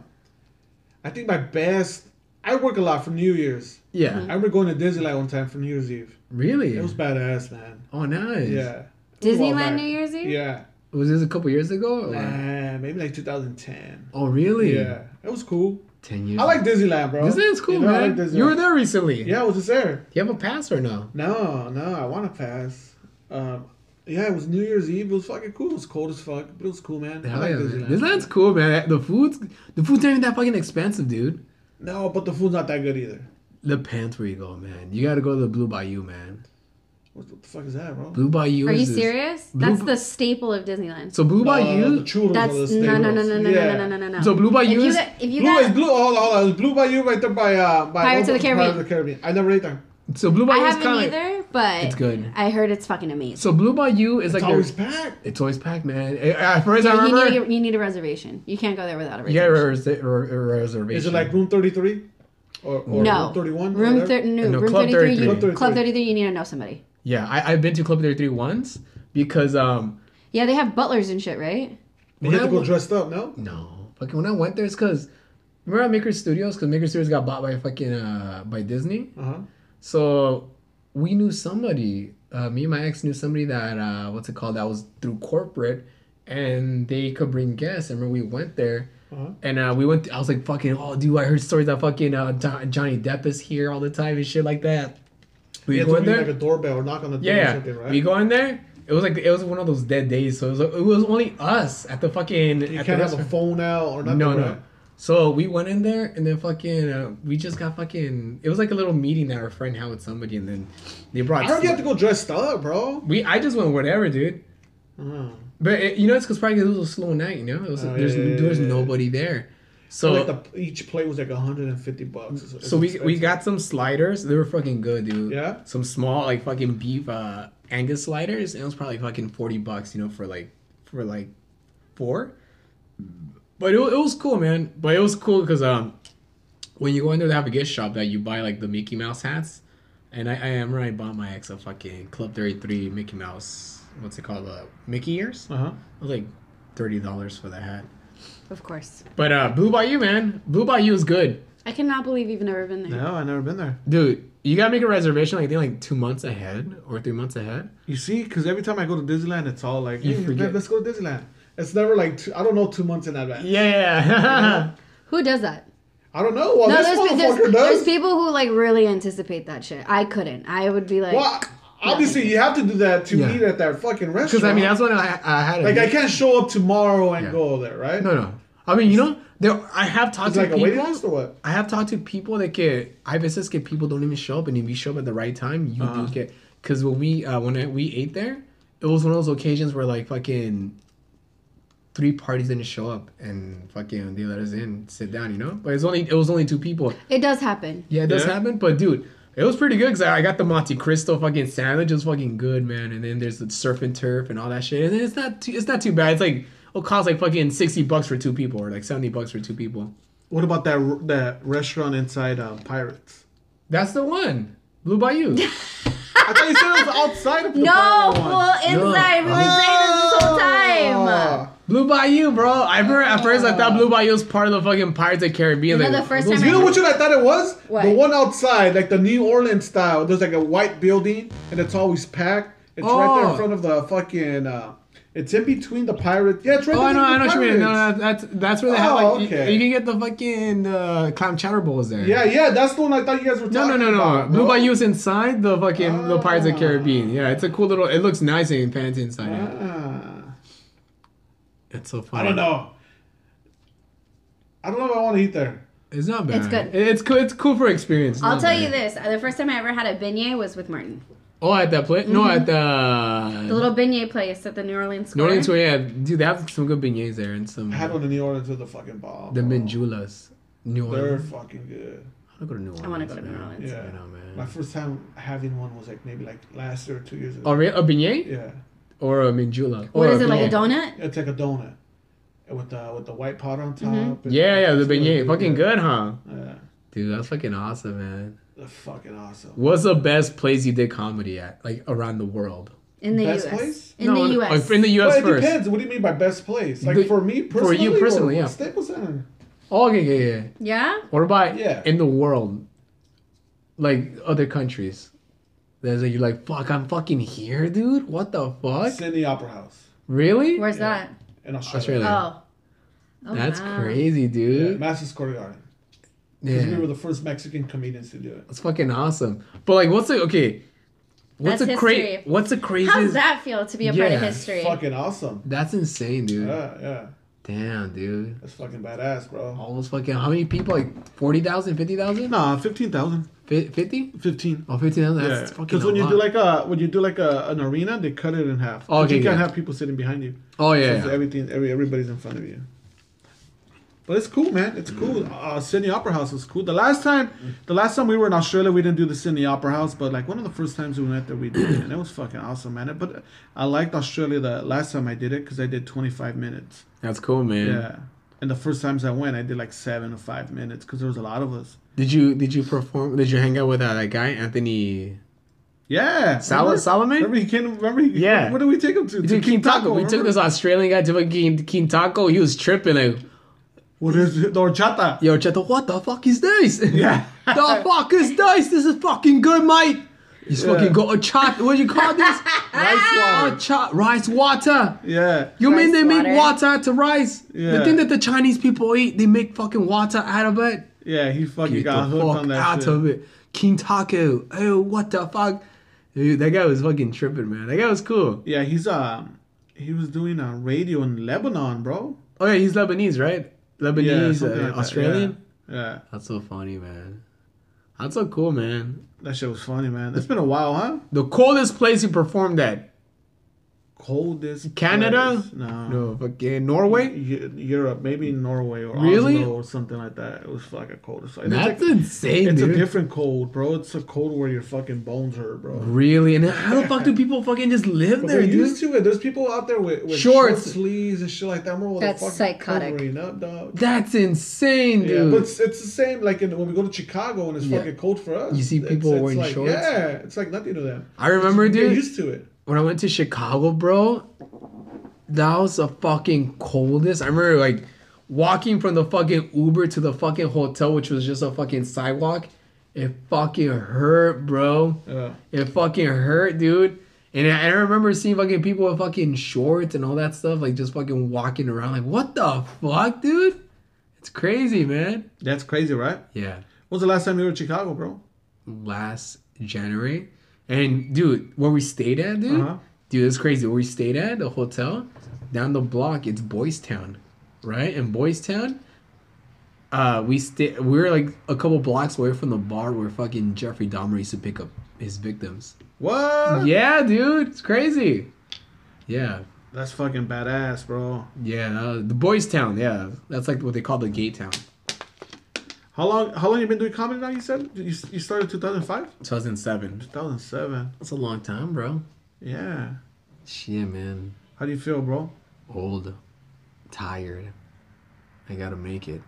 C: I think my best. I work a lot for New Year's.
B: Yeah.
D: Mm-hmm.
C: I remember going to Disneyland one time for New Year's Eve.
B: Really?
C: It was badass, man.
B: oh, nice.
C: Yeah. It was a while
D: Disneyland
C: back.
D: New Year's Eve.
C: Yeah.
B: Was this a couple years ago? or-
C: Nah, maybe like 2010.
B: Oh, really?
C: Yeah, it was cool.
B: Ten years.
C: I like Disneyland, bro.
B: This is cool,
C: You know, I
B: man.
C: like Disneyland.
B: you were there recently.
C: Yeah, I was just there.
B: You have a pass or no?
C: No, no, I want to pass. Um, yeah, it was New Year's Eve. It was fucking cool. It was cold as fuck, but it was cool, man. I
B: Hell
C: like
B: yeah, man.
C: Disneyland.
B: Disneyland's cool, man. The food's the food's not even that fucking expensive, dude.
C: No, but the food's not that good either.
B: Depends where you go, man. You gotta go to the Blue Bayou, man.
C: What, what the fuck is that, bro?
B: Blue Bayou.
D: Are you
B: is this-
D: serious?
B: Blue-
D: That's the staple of Disneyland.
B: So Blue
C: Uh,
B: Bayou.
C: the churros
D: That's
C: are the
D: no, no, no,
C: staples.
D: no, no,
C: Yeah.
D: no, no, no, no, no.
B: so Blue
D: if
B: Bayou.
D: you
B: is-
D: got, if you
C: Blue is
D: got,
C: blue. Hold on, hold on. It's Blue Bayou right there by uh, by
D: Pirates of the
C: Pirates
D: Caribbean.
C: of the Caribbean. I never ate there.
B: so Blue
D: I
B: Bayou is
D: haven't
B: kind of.
D: either, but
B: It's good.
D: I heard it's fucking amazing.
B: So Blue Bayou is
C: It's
B: like always,
C: always packed.
B: it's always packed, man. Eh, At first, I
D: You, you
B: remember.
D: need, a- you need a reservation. You can't go there without a
B: You got a
D: reservation.
B: res- re- re- reservation.
C: Is it like room thirty three, or, or
D: no.
C: room thirty one?
D: Room thir- no,
B: No,
D: room
B: Club
D: 33. you-
B: 33.
D: Club 33, you need to know somebody.
B: Yeah, I, I've been to Club 33 once because um
D: Yeah, they have butlers and shit, right?
C: We
B: when
C: have to
B: I
C: go
B: wa-
C: dressed up. No.
B: no fucking when I went there it's because remember at Maker Studios because Maker Studios got bought by fucking uh by Disney
C: Uh huh.
B: so we knew somebody uh, me and my ex knew somebody that uh what's it called that was through corporate and they could bring guests and when we went there.
C: Uh-huh.
B: And uh, we went. I was like, "Fucking oh, dude! I heard stories that fucking uh, Jo- Johnny Depp is here all the time and shit like that." We
C: You have
B: go
C: to
B: in
C: ring
B: there.
C: like a doorbell or knock on the door or
B: Yeah,
C: something, right?
B: we go in there. It was like it was one of those dead days, so it was like, it was only us at the fucking.
C: you
B: at
C: can't
B: the
C: have a
B: restaurant.
C: phone out or nothing.
B: No,
C: right?
B: no. So we went in there, and then fucking, uh, we just got fucking. It was like a little meeting that our friend had with somebody, and then they brought.
C: I heard you have to go dressed up, bro.
B: We I just went whatever, dude.
C: Oh.
B: But it, you know, it's because probably it was a slow night. You know, it was,
C: Oh,
B: there's
C: yeah, yeah,
B: there's
C: yeah, yeah.
B: nobody there. So
C: like the, each plate was like 150 bucks. It's- it's
B: So we, we
C: expensive.
B: got some sliders. They were fucking good, dude.
C: Yeah?
B: Some small like fucking beef uh Angus sliders, and it was probably fucking forty bucks, you know, for like for like four. But it, wa- it was cool, man. But it was cool because um, when you go in there, they have a gift shop that you buy like the Mickey Mouse hats, and I, I remember I bought my ex a fucking Club Thirty Three Mickey Mouse. What's it called? Uh, Mickey ears.
C: Uh huh.
B: It was like thirty dollars for the hat.
E: Of course.
B: But uh, Blue Bayou, man, Blue Bayou is good,
E: I cannot believe you've never been there.
C: No, I've never been there.
B: dude. You gotta make a reservation like I think like two months ahead or three months ahead.
C: You see, because every time I go to Disneyland, it's all like,
B: You
C: "Hey,
B: forget.
C: let's go to Disneyland. It's never like two, I don't know two months in advance.
B: Yeah.
E: Who does that?
C: I don't know. Well,
E: No,
C: Oh, this
E: there's, pe- there's,
C: motherfucker
E: there's
C: does.
E: people who like really anticipate that shit. I couldn't. I would be like,
C: Well, obviously you have to do that to
B: Yeah.
C: eat at that fucking restaurant.
B: Because I mean, that's when I, I had a
C: like I can't show up tomorrow and
B: Yeah.
C: go there, right?
B: No, no. I mean, you know, there. I have talked
C: It's
B: to
C: like a
B: people.
C: waiting list or what?
B: I have talked to people that get. I business get people don't even show up, and if you show up at the right time, you
C: Uh-huh.
B: do get. Because when we uh, when I, we ate there, it was one of those occasions where like fucking three parties didn't show up, and fucking they let us in, sit down, you know. But it's only it was only two people.
E: it does happen.
B: Yeah, it does
C: Yeah.
B: happen. But dude, it was pretty good because I I got the Monte Cristo fucking sandwich. It was fucking good, man. And then there's the surf and turf and all that shit. And it's not too, it's not too bad. It's like it'll cost like fucking sixty bucks for two people or like seventy bucks for two people.
C: What about that r- that restaurant inside
B: uh,
C: um, Pirates?
B: That's the one. Blue Bayou.
C: I thought you said it was outside of the
E: No,
C: Pirate one.
E: well, inside. We've been saying this this whole time.
C: Ah.
B: Blue Bayou, bro. I remember at first I thought Blue Bayou was part of the fucking Pirates of the Caribbean.
E: You know,
B: Like,
E: the first
B: those-
E: time
C: You know what I thought it was?
E: What?
C: The one outside, like the New Orleans style. There's like a white building, and it's always packed. It's right there
B: Oh.
C: in front of the fucking. Uh, it's in between the pirate. Yeah, it's right.
B: Oh,
C: there
B: I know, I know what you mean. No,
C: Pirates.
B: no, that's that's where they have
C: Oh,
B: like you-
C: okay.
B: you, can get the fucking uh, clam chowder bowls there.
C: Yeah, yeah, that's the one I thought you guys were
B: No,
C: talking
B: no,
C: about.
B: no, no. Blue
C: bro.
B: Bayou's inside the fucking the Pirates of the Caribbean. Yeah, it's a cool little. It looks nice and fancy inside. it.
C: Ah.
B: It's so funny.
C: I don't know. I don't know if I want to eat there.
B: It's not bad.
E: It's good.
B: It- It's cool. It's cool for experience. It's
E: I'll
B: not
E: tell
B: bad.
E: you this: Uh, the first time I ever had a beignet was with Martin.
B: Oh, at that place? No, at the,
E: Mm-hmm. The little beignet place at the New Orleans Square.
B: New Orleans. Square, Yeah, dude, they have some good beignets there and some
C: I had one in New Orleans with a fucking bomb.
B: the
C: bro.
B: minjulas. New
C: They're
B: Orleans.
C: fucking good.
B: I want to go to New Orleans.
E: I want to go to New
B: man.
E: Orleans.
C: Yeah.
B: I know, man.
C: My first time having one was like maybe like last year or two years ago.
B: Oh, really? A beignet
C: Yeah.
B: or a minjula?
E: What
B: Or
E: is it like a donut?
B: beignet.
C: It's like a donut. And with the with the white powder on top. and-
B: Yeah, yeah, the
C: It's really
B: beignet. Fucking good, huh?
C: Yeah.
B: Dude, that's fucking awesome, man.
C: They're fucking awesome.
B: What's the best place you did comedy at, like around the world?
E: In the
C: Best
E: U.S.
C: place?
E: In
B: No,
E: the
B: like,
E: U.S.
B: Oh, in the U.S.
C: Well, it
B: first.
C: depends. What do you mean by best place? Like
B: The-
C: for me
B: for
C: personally,
B: you
C: or
B: personally, yeah.
C: Staples Center.
B: Oh, okay, yeah, yeah.
E: yeah.
B: What about
C: Yeah.
B: in the world, like other countries? There's like you're like, fuck, I'm fucking here, dude. What the fuck?
C: Sydney Opera House
B: Really?
E: Where's that?
C: in Australia.
B: Australia.
E: Oh. Oh,
B: That's
E: wow.
B: crazy,
C: Yeah,
B: dude.
C: Madison Square Garden.
B: Yeah,
C: Because we were the first Mexican comedians to do it.
B: that's fucking awesome. But like, what's the okay? What's
E: That's
B: a crazy?
E: history.
B: What's a crazy?
E: How does that feel to be a part of
B: Yeah,
E: history?
C: Fucking awesome.
B: That's insane, dude.
C: Yeah, yeah.
B: Damn, dude.
C: That's fucking badass, bro.
B: Almost fucking. How many people? Like 40,000, 50,000?
C: Nah, 15,000.
B: Fi- 50?
C: 15.
B: Oh, 15,000? That's
C: Yeah,
B: fucking.
C: because
B: a
C: when you
B: lot.
C: do like a when you do like a, an arena, they cut it in half.
B: Oh,
C: 'Cause
B: okay,
C: you can't
B: yeah.
C: have people sitting behind you.
B: Oh yeah.
C: Since
B: yeah.
C: everything, every everybody's in front of you. But it's cool, man. It's cool. Uh, Sydney Opera House was cool. The last time, the last time we were in Australia, we didn't do the Sydney Opera House, but like one of the first times we went there, we did it, and it was fucking awesome, man. But I liked Australia the last time I did it because I did 25 minutes.
B: That's cool, man.
C: Yeah. And the first times I went, I did like seven to five minutes because there was a lot of us.
B: Did you did you perform? Did you hang out with uh, that guy Anthony?
C: Yeah.
B: Sal-
C: remember?
B: Solomon?
C: Remember he came. Remember he.
B: Yeah.
C: What did we take him to?
B: We took King Taco. We took
C: remember?
B: this Australian guy to a King, King Taco. He was tripping like,
C: What is it? The horchata.
B: yo, Cheto, what the fuck is this?
C: Yeah.
B: the fuck is this? This is fucking good, mate. He's
C: Yeah.
B: fucking got a chat. What do you call this?
C: Rice
B: a
C: water.
B: chat rice water.
C: Yeah.
B: You
E: Rice
B: mean they make
E: water.
B: water out of rice? The
C: Yeah.
B: thing that the Chinese people eat, they make fucking water out of it.
C: Yeah, he fucking
B: Get
C: got
B: the
C: hooked on
B: fuck
C: that
B: out
C: shit.
B: of it. King Taco. Oh, what the fuck? Dude, that guy was fucking tripping, man. That guy was cool.
C: Yeah, he's um he was doing a radio in Lebanon, bro.
B: Oh yeah, he's Lebanese, right?
C: Yeah,
B: Lebanese,
C: something
B: uh,
C: like that.
B: Australian.
C: Yeah. yeah.
B: That's so funny, man. That's so cool, man.
C: That shit was funny, man. It's been a while, huh?
B: The coolest place you performed at.
C: coldest
B: Canada?
C: place. No.
B: No, fucking Norway.
C: Eu- Europe, maybe Norway or
B: Really?
C: Oslo or something like that. It was fucking cold as fuck. And
B: That's
C: it's, like,
B: insane,
C: it's a
B: dude.
C: different cold, bro. It's a cold where your fucking bones hurt, bro.
B: really? And how the fuck do people fucking just live
C: But
B: there,
C: we're
B: dude?
C: used to it. There's people out there with, with
B: Shorts.
C: shorts, sleeves, and shit like that. Bro,
D: That's
C: fucking
D: psychotic.
C: Covering up, dog.
B: That's insane,
C: Yeah,
B: dude.
C: but it's, it's the same. Like in, when we go to Chicago and it's
B: Yeah.
C: fucking cold for us.
B: You see
C: It's-
B: people
C: it's
B: wearing
C: like-
B: shorts?
C: Yeah, it's like nothing to them.
B: I remember,
C: They're
B: dude,
C: used to it.
B: when I went to Chicago, bro. That was the fucking coldest. I remember like walking from the fucking Uber to the fucking hotel, which was just a fucking sidewalk. It fucking hurt, bro.
C: Yeah.
B: It fucking hurt, dude. And I, I remember seeing fucking people with fucking shorts and all that stuff, like just fucking walking around. Like, what the fuck, dude? It's crazy, man.
C: That's crazy, right?
B: Yeah.
C: When's the last time you were in Chicago, bro?
B: Last January. And dude, where we stayed at, dude,
C: Uh-huh.
B: dude, it's crazy. Where we stayed at, the hotel, down the block, it's Boys Town, right? And Boys Town, uh, we stay, we were like a couple blocks away from the bar where fucking Jeffrey Dahmer used to pick up his victims.
C: What?
B: Yeah, dude, it's crazy. Yeah,
C: That's fucking badass, bro.
B: yeah, uh, the Boys Town. Yeah, that's like what they call the Gay Town.
C: How long? How long you been doing comedy now? You said you, you started 2005,
B: 2007.
C: 2007.
B: That's a long time, bro.
C: Yeah.
B: Shit, man,
C: How do you feel, bro?
B: old, tired. I gotta make it.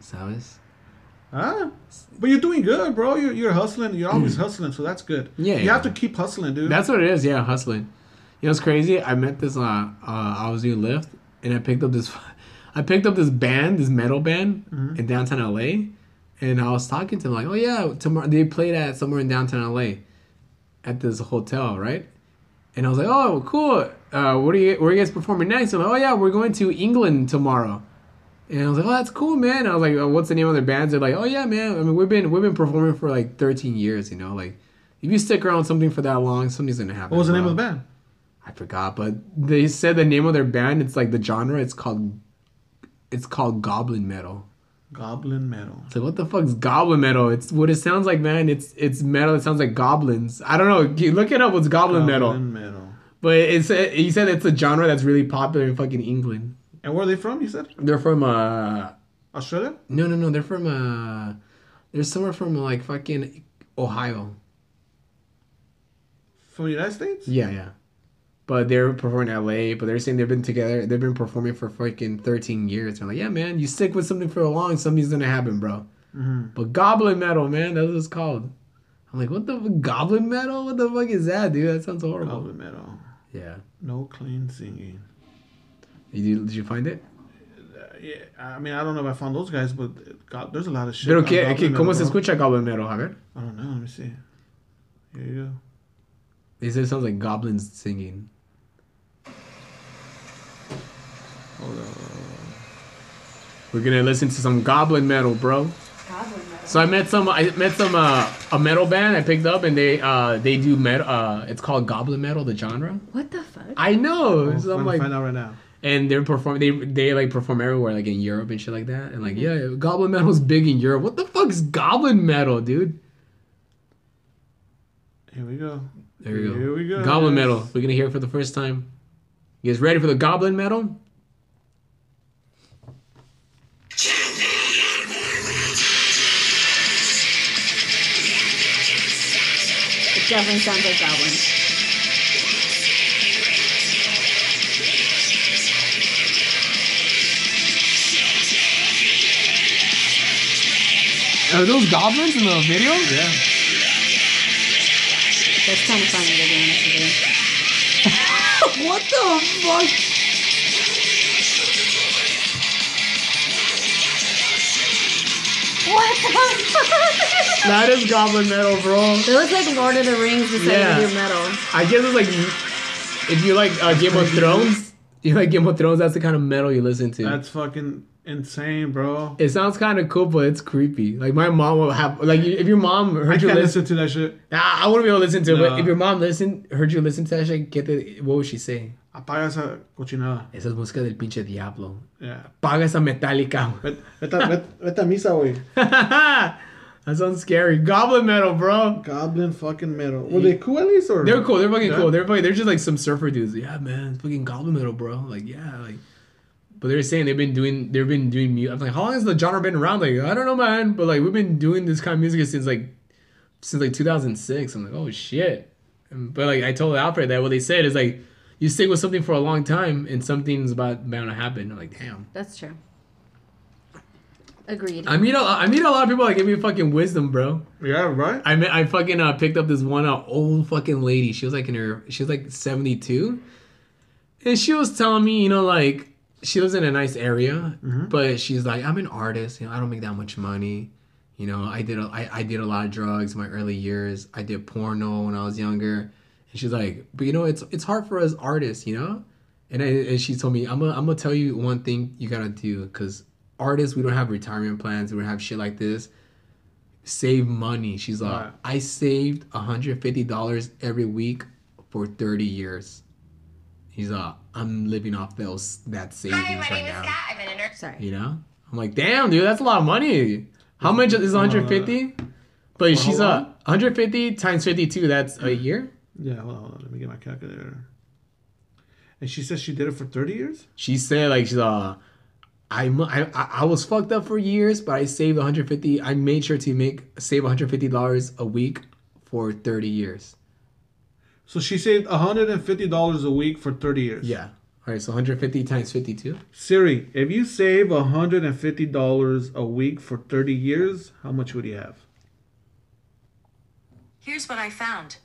B: Sabes?
C: Huh? But you're doing good, bro. You're you're hustling. You're always hustling, so that's good.
B: Mm. Yeah,
C: You
B: yeah.
C: have to keep hustling, dude.
B: That's what it is. Yeah, hustling. You know, it's crazy. I met this. Uh, uh I was doing Lyft, and I picked up this. I picked up this band, this metal band, in downtown LA, and I was talking to them like, "Oh yeah, tomorrow they played at somewhere in downtown LA, at this hotel, right?" And I was like, "Oh, cool. Uh, what are you? Where are you guys performing next?" And like, "Oh yeah, we're going to England tomorrow." And I was like, "Oh, that's cool, man." I was like, "Uh, "What's the name of their bands?" They're like, "Oh yeah, man. I mean, we've been we've been performing for like 13 years, you know. Like, if you stick around something for that long, something's gonna happen."
C: what was the name
B: bro."
C: of the band?
B: I forgot, but they said the name of their band. It's like the genre. It's called it's called goblin metal.
C: Goblin Metal.
B: It's like what the fuck's goblin metal? It's what it sounds like, man. It's it's metal. It sounds like goblins. I don't know. You Look it up. What's goblin, metal?
C: Goblin Metal.
B: But it's he said it's a genre that's really popular in fucking England.
C: And where are they from? You said
B: They're from uh
C: Australia.
B: no no no they're from uh they're somewhere from like fucking Ohio.
C: From the United States.
B: Yeah, yeah. But they're performing in LA, but they're saying they've been together, they've been performing for fucking 13 years. They're like, yeah, man, you stick with something for a long, something's gonna happen, bro. But goblin metal, man, that's what it's called. I'm like, what the fuck? Goblin metal? What the fuck is that, dude? That sounds horrible.
C: Goblin Metal.
B: Yeah.
C: No clean singing.
B: Did you, did you find it?
C: Yeah, I mean, I don't know if I found those guys, but God, there's a lot of shit.
B: Pero
C: on
B: que,
C: Goblin
B: que,
C: Metal,
B: ¿Cómo se
C: bro.
B: escucha goblin metal? A ver.
C: I don't know. Let me see. Here you go.
B: They said it sounds like goblins singing.
C: Hold on.
B: We're gonna listen to some goblin metal, bro. So I met some, I met some uh, a metal band I picked up, and they uh, they do metal. Uh, it's called goblin metal, the genre.
E: What the fuck?
B: I know.
C: I'm
B: so
C: trying
B: I'm
C: to
B: like,
C: Oh, find out right now.
B: and they're perform. They they like perform everywhere, like in Europe and shit like that. And like,
C: Mm-hmm.
B: yeah, goblin metal's big in Europe. What the fuck's goblin metal, dude?
C: Here we go.
B: There you go.
C: Here we go,
B: Goblin
C: guys.
B: metal. We're gonna hear it for the first time. You guys ready for the goblin metal?
E: It definitely sounds like goblin.
B: Are those goblins in the video?
C: Yeah.
E: That's kind of funny they're doing this again.
B: what the fuck?
E: What the fuck?
B: That is goblin metal, bro.
E: It looks like Lord of the Rings decided
B: Yeah.
E: to do metal.
B: I guess it's like if you like uh, Game of Thrones, you like Game of Thrones. That's the kind of metal you listen to.
C: That's fucking insane, bro.
B: It sounds kind of cool, but it's creepy. Like my mom will have like if your mom
C: I
B: heard you
C: can't
B: listen,
C: listen to that shit.
B: Nah, I wouldn't be able to listen to it.
C: No.
B: But if your mom listened, heard you listen to that shit, get the what would she say?
C: Apaga esa cochinada.
B: Esa es música del pinche diablo.
C: Yeah.
B: Paga esa metálica.
C: Vete, vete, vete, vete a misa, güey.
B: That sounds scary. Goblin metal, bro.
C: Goblin fucking metal. Were they cool at least or
B: They're cool. They're fucking
C: Yeah.
B: cool. They're fucking, they're just like some surfer dudes. Yeah, man. Fucking goblin metal, bro. Like, yeah, like. But they're saying they've been doing they've been doing music. I'm like, how long has the genre been around? Like, I don't know, man. But like, we've been doing this kind of music since like since like 2006. I'm like, oh shit. And- But like, I told Alfred that what they said is like, you stick with something for a long time, and something's about bound to happen. I'm like, damn.
E: That's true. Agreed.
B: I meet a lot, I meet a lot of people that give me fucking wisdom, bro.
C: Yeah, right?
B: I met, I fucking uh, picked up this one uh, old fucking lady. She was like in her she was like 72. And she was telling me, you know, like she lives in a nice area, but she's like I'm an artist, you know, I don't make that much money. You know, I did a, I, I did a lot of drugs in my early years. I did porno when I was younger. And she's like, "But you know, it's it's hard for us artists, you know?" And I, and she told me, "I'm gonna I'm gonna tell you one thing you got to do cuz artists, we don't have retirement plans. We don't have shit like this." save money. She's like,
C: Right.
B: I saved $150 every week for 30 years. He's like, I'm living off those that savings
A: Hi, my
B: right
A: name is
B: now.
A: Kat. I'm an inter-
E: Sorry.
B: You know? I'm like, damn, dude, that's a lot of money. How much is 150? But she's
C: Uh,
B: a
C: how long?
B: 150 times 52, that's a year.
C: Yeah, hold on, hold on. Let me get my calculator. And she says she did it for 30 years?
B: She said like she's uh I, mu- I I I was fucked up for years, but I saved 150. I made sure to make save 150 dollars a week for 30 years.
C: So she saved $150 a week for 30 years.
B: Yeah. All right. So 150 times 52.
C: Siri, if you save $150 a week for 30 years, how much would you have?
F: Here's what I found.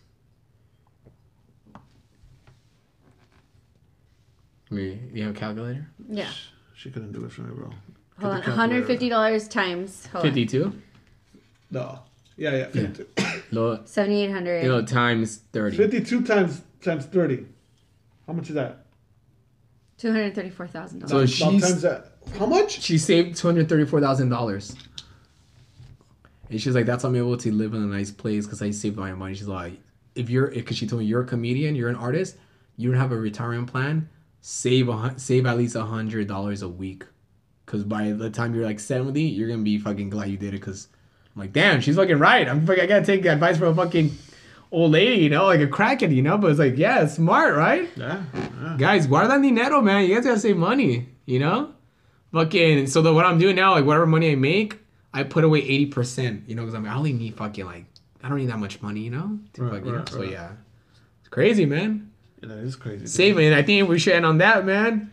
B: Me, you have a calculator?
E: Yeah.
C: She couldn't do it for me, bro.
E: Hold on.
C: Get the
E: Hundred
C: calculator.
E: fifty dollars times. Hold on.
B: 52.
C: No. Yeah, yeah. 50.
B: No,
E: Seventy eight hundred.
B: you know, times 30.
C: 52 times times 30. How much is that?
E: Two hundred thirty four thousand dollars.
B: So
C: No, times
B: she's,
C: that. How much?
B: she saved $234,000. And she's like, that's how I'm able to live in a nice place because I saved my money. She's like, if you're, because she told me you're a comedian, you're an artist, you don't have a retirement plan, save a, hun- save at least $100 a week. Because by the time you're like 70, you're going to be fucking glad you did it because I'm like, damn, she's fucking right. I'm fucking, I got to take advice from a fucking old lady, you know, like a crackhead, you know? But it's like, yeah, it's smart, right?
C: Yeah. yeah.
B: guys, guardan dinero, man. You guys gotta save money, you know? Fucking, so the, what I'm doing now, like whatever money I make, I put away 80%, you know, because I'm I only need fucking like, I don't need that much money, you know? To
C: Right,
B: fuck, you know?
C: right,
B: So
C: right.
B: yeah. It's crazy, man.
C: That is crazy. dude.
B: Saving, and I think we should end on that, man.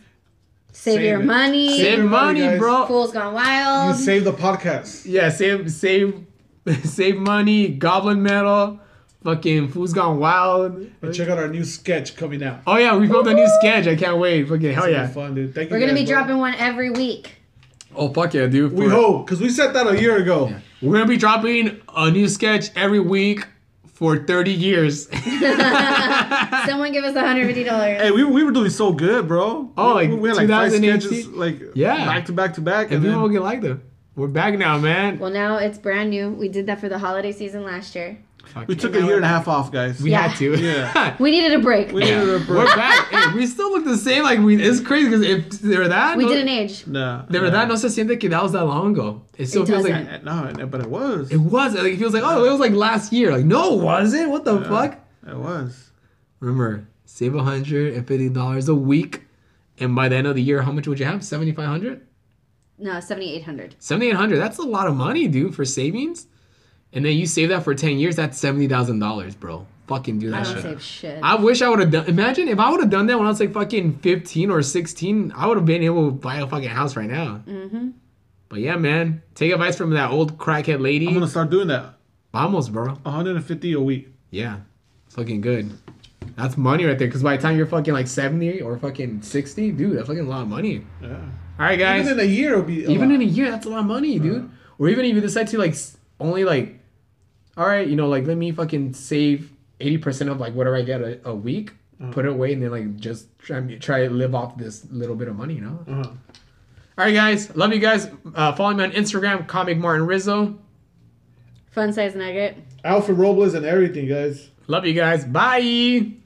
E: Save,
C: Save
E: your
C: it.
E: money.
B: Save,
C: your money,
B: money,
C: guys.
B: bro.
E: Fool's gone
C: You
E: wild.
C: saved the podcast.
B: Yeah, save, save, save money, goblin metal, fucking food's gone wild.
C: And check out our new sketch coming out.
B: Oh yeah, we filmed a new sketch. I can't wait. Fucking hell
C: It's gonna
B: yeah.
C: be Fun, dude. Thank
E: We're
C: you
E: gonna
C: guys,
E: be
C: bro.
E: dropping one every week.
B: Oh fuck yeah, dude.
C: We
B: For-
C: hope, because we said that a year ago.
B: We're gonna be dropping a new sketch every week for 30 years.
E: Someone give us one hundred fifty dollars.
C: Hey, we, we were doing so good, bro.
B: Oh,
C: We-
B: like
C: we had like five
B: 2018?
C: sketches, like
B: Yeah.
C: back to back to back,
B: and
C: and
B: people
C: then,
B: get like them. We're back now, man.
E: Well, now it's brand new. We did that for the holiday season last year.
B: Fuck
C: we
B: it.
C: took a year and a half off, guys.
B: We
E: Yeah.
B: had to.
C: Yeah.
E: We needed a break.
C: we
E: We,
C: needed a
B: We're
C: break.
B: back. Hey, we still look the same. Like we, it's crazy because if they were that, no,
E: did an age.
C: Nah,
B: they were
C: nah.
B: that. No se siente que that was that long ago. It still
E: It
B: feels
E: doesn't.
B: like
C: Eh, No, eh, but it was.
B: it was. Like it feels like oh, it was like last year. Like no, it wasn't. What the
C: Yeah.
B: fuck?
C: It was.
B: Remember, save 150 dollars a week, and by the end of the year, how much would you have? 7,500.
E: No, seventy eight hundred.
B: 7800 that's a lot of money dude for savings and then you save that for 10 years that's $70000 bro fucking do
E: I
B: that
E: don't
B: shit
E: save shit.
B: i wish i would have done imagine if i would have done that when i was like fucking 15 or 16 i would have been able to buy a fucking house right now mm-hmm. but yeah man take advice from that old crackhead lady
C: I'm gonna start doing that.
B: vamos bro
C: 150 a week.
B: yeah fucking good that's money right there because by the time you're fucking like 70 or fucking 60 dude that's fucking a lot of money
C: Yeah.
B: all right guys
C: Even in a year, it'll be. uh,
B: even
C: lot.
B: in a year that's a lot of money dude or even if you decide to like s- only like all right you know like let me fucking save 80% of like whatever i get a, a week put it away and then like just try try to live off this little bit of money you know
C: Uh-huh.
B: all right guys love you guys uh, follow me on instagram comic martin rizzo
E: Fun size nugget.
C: Alfred Robles and everything, guys.
B: love you guys bye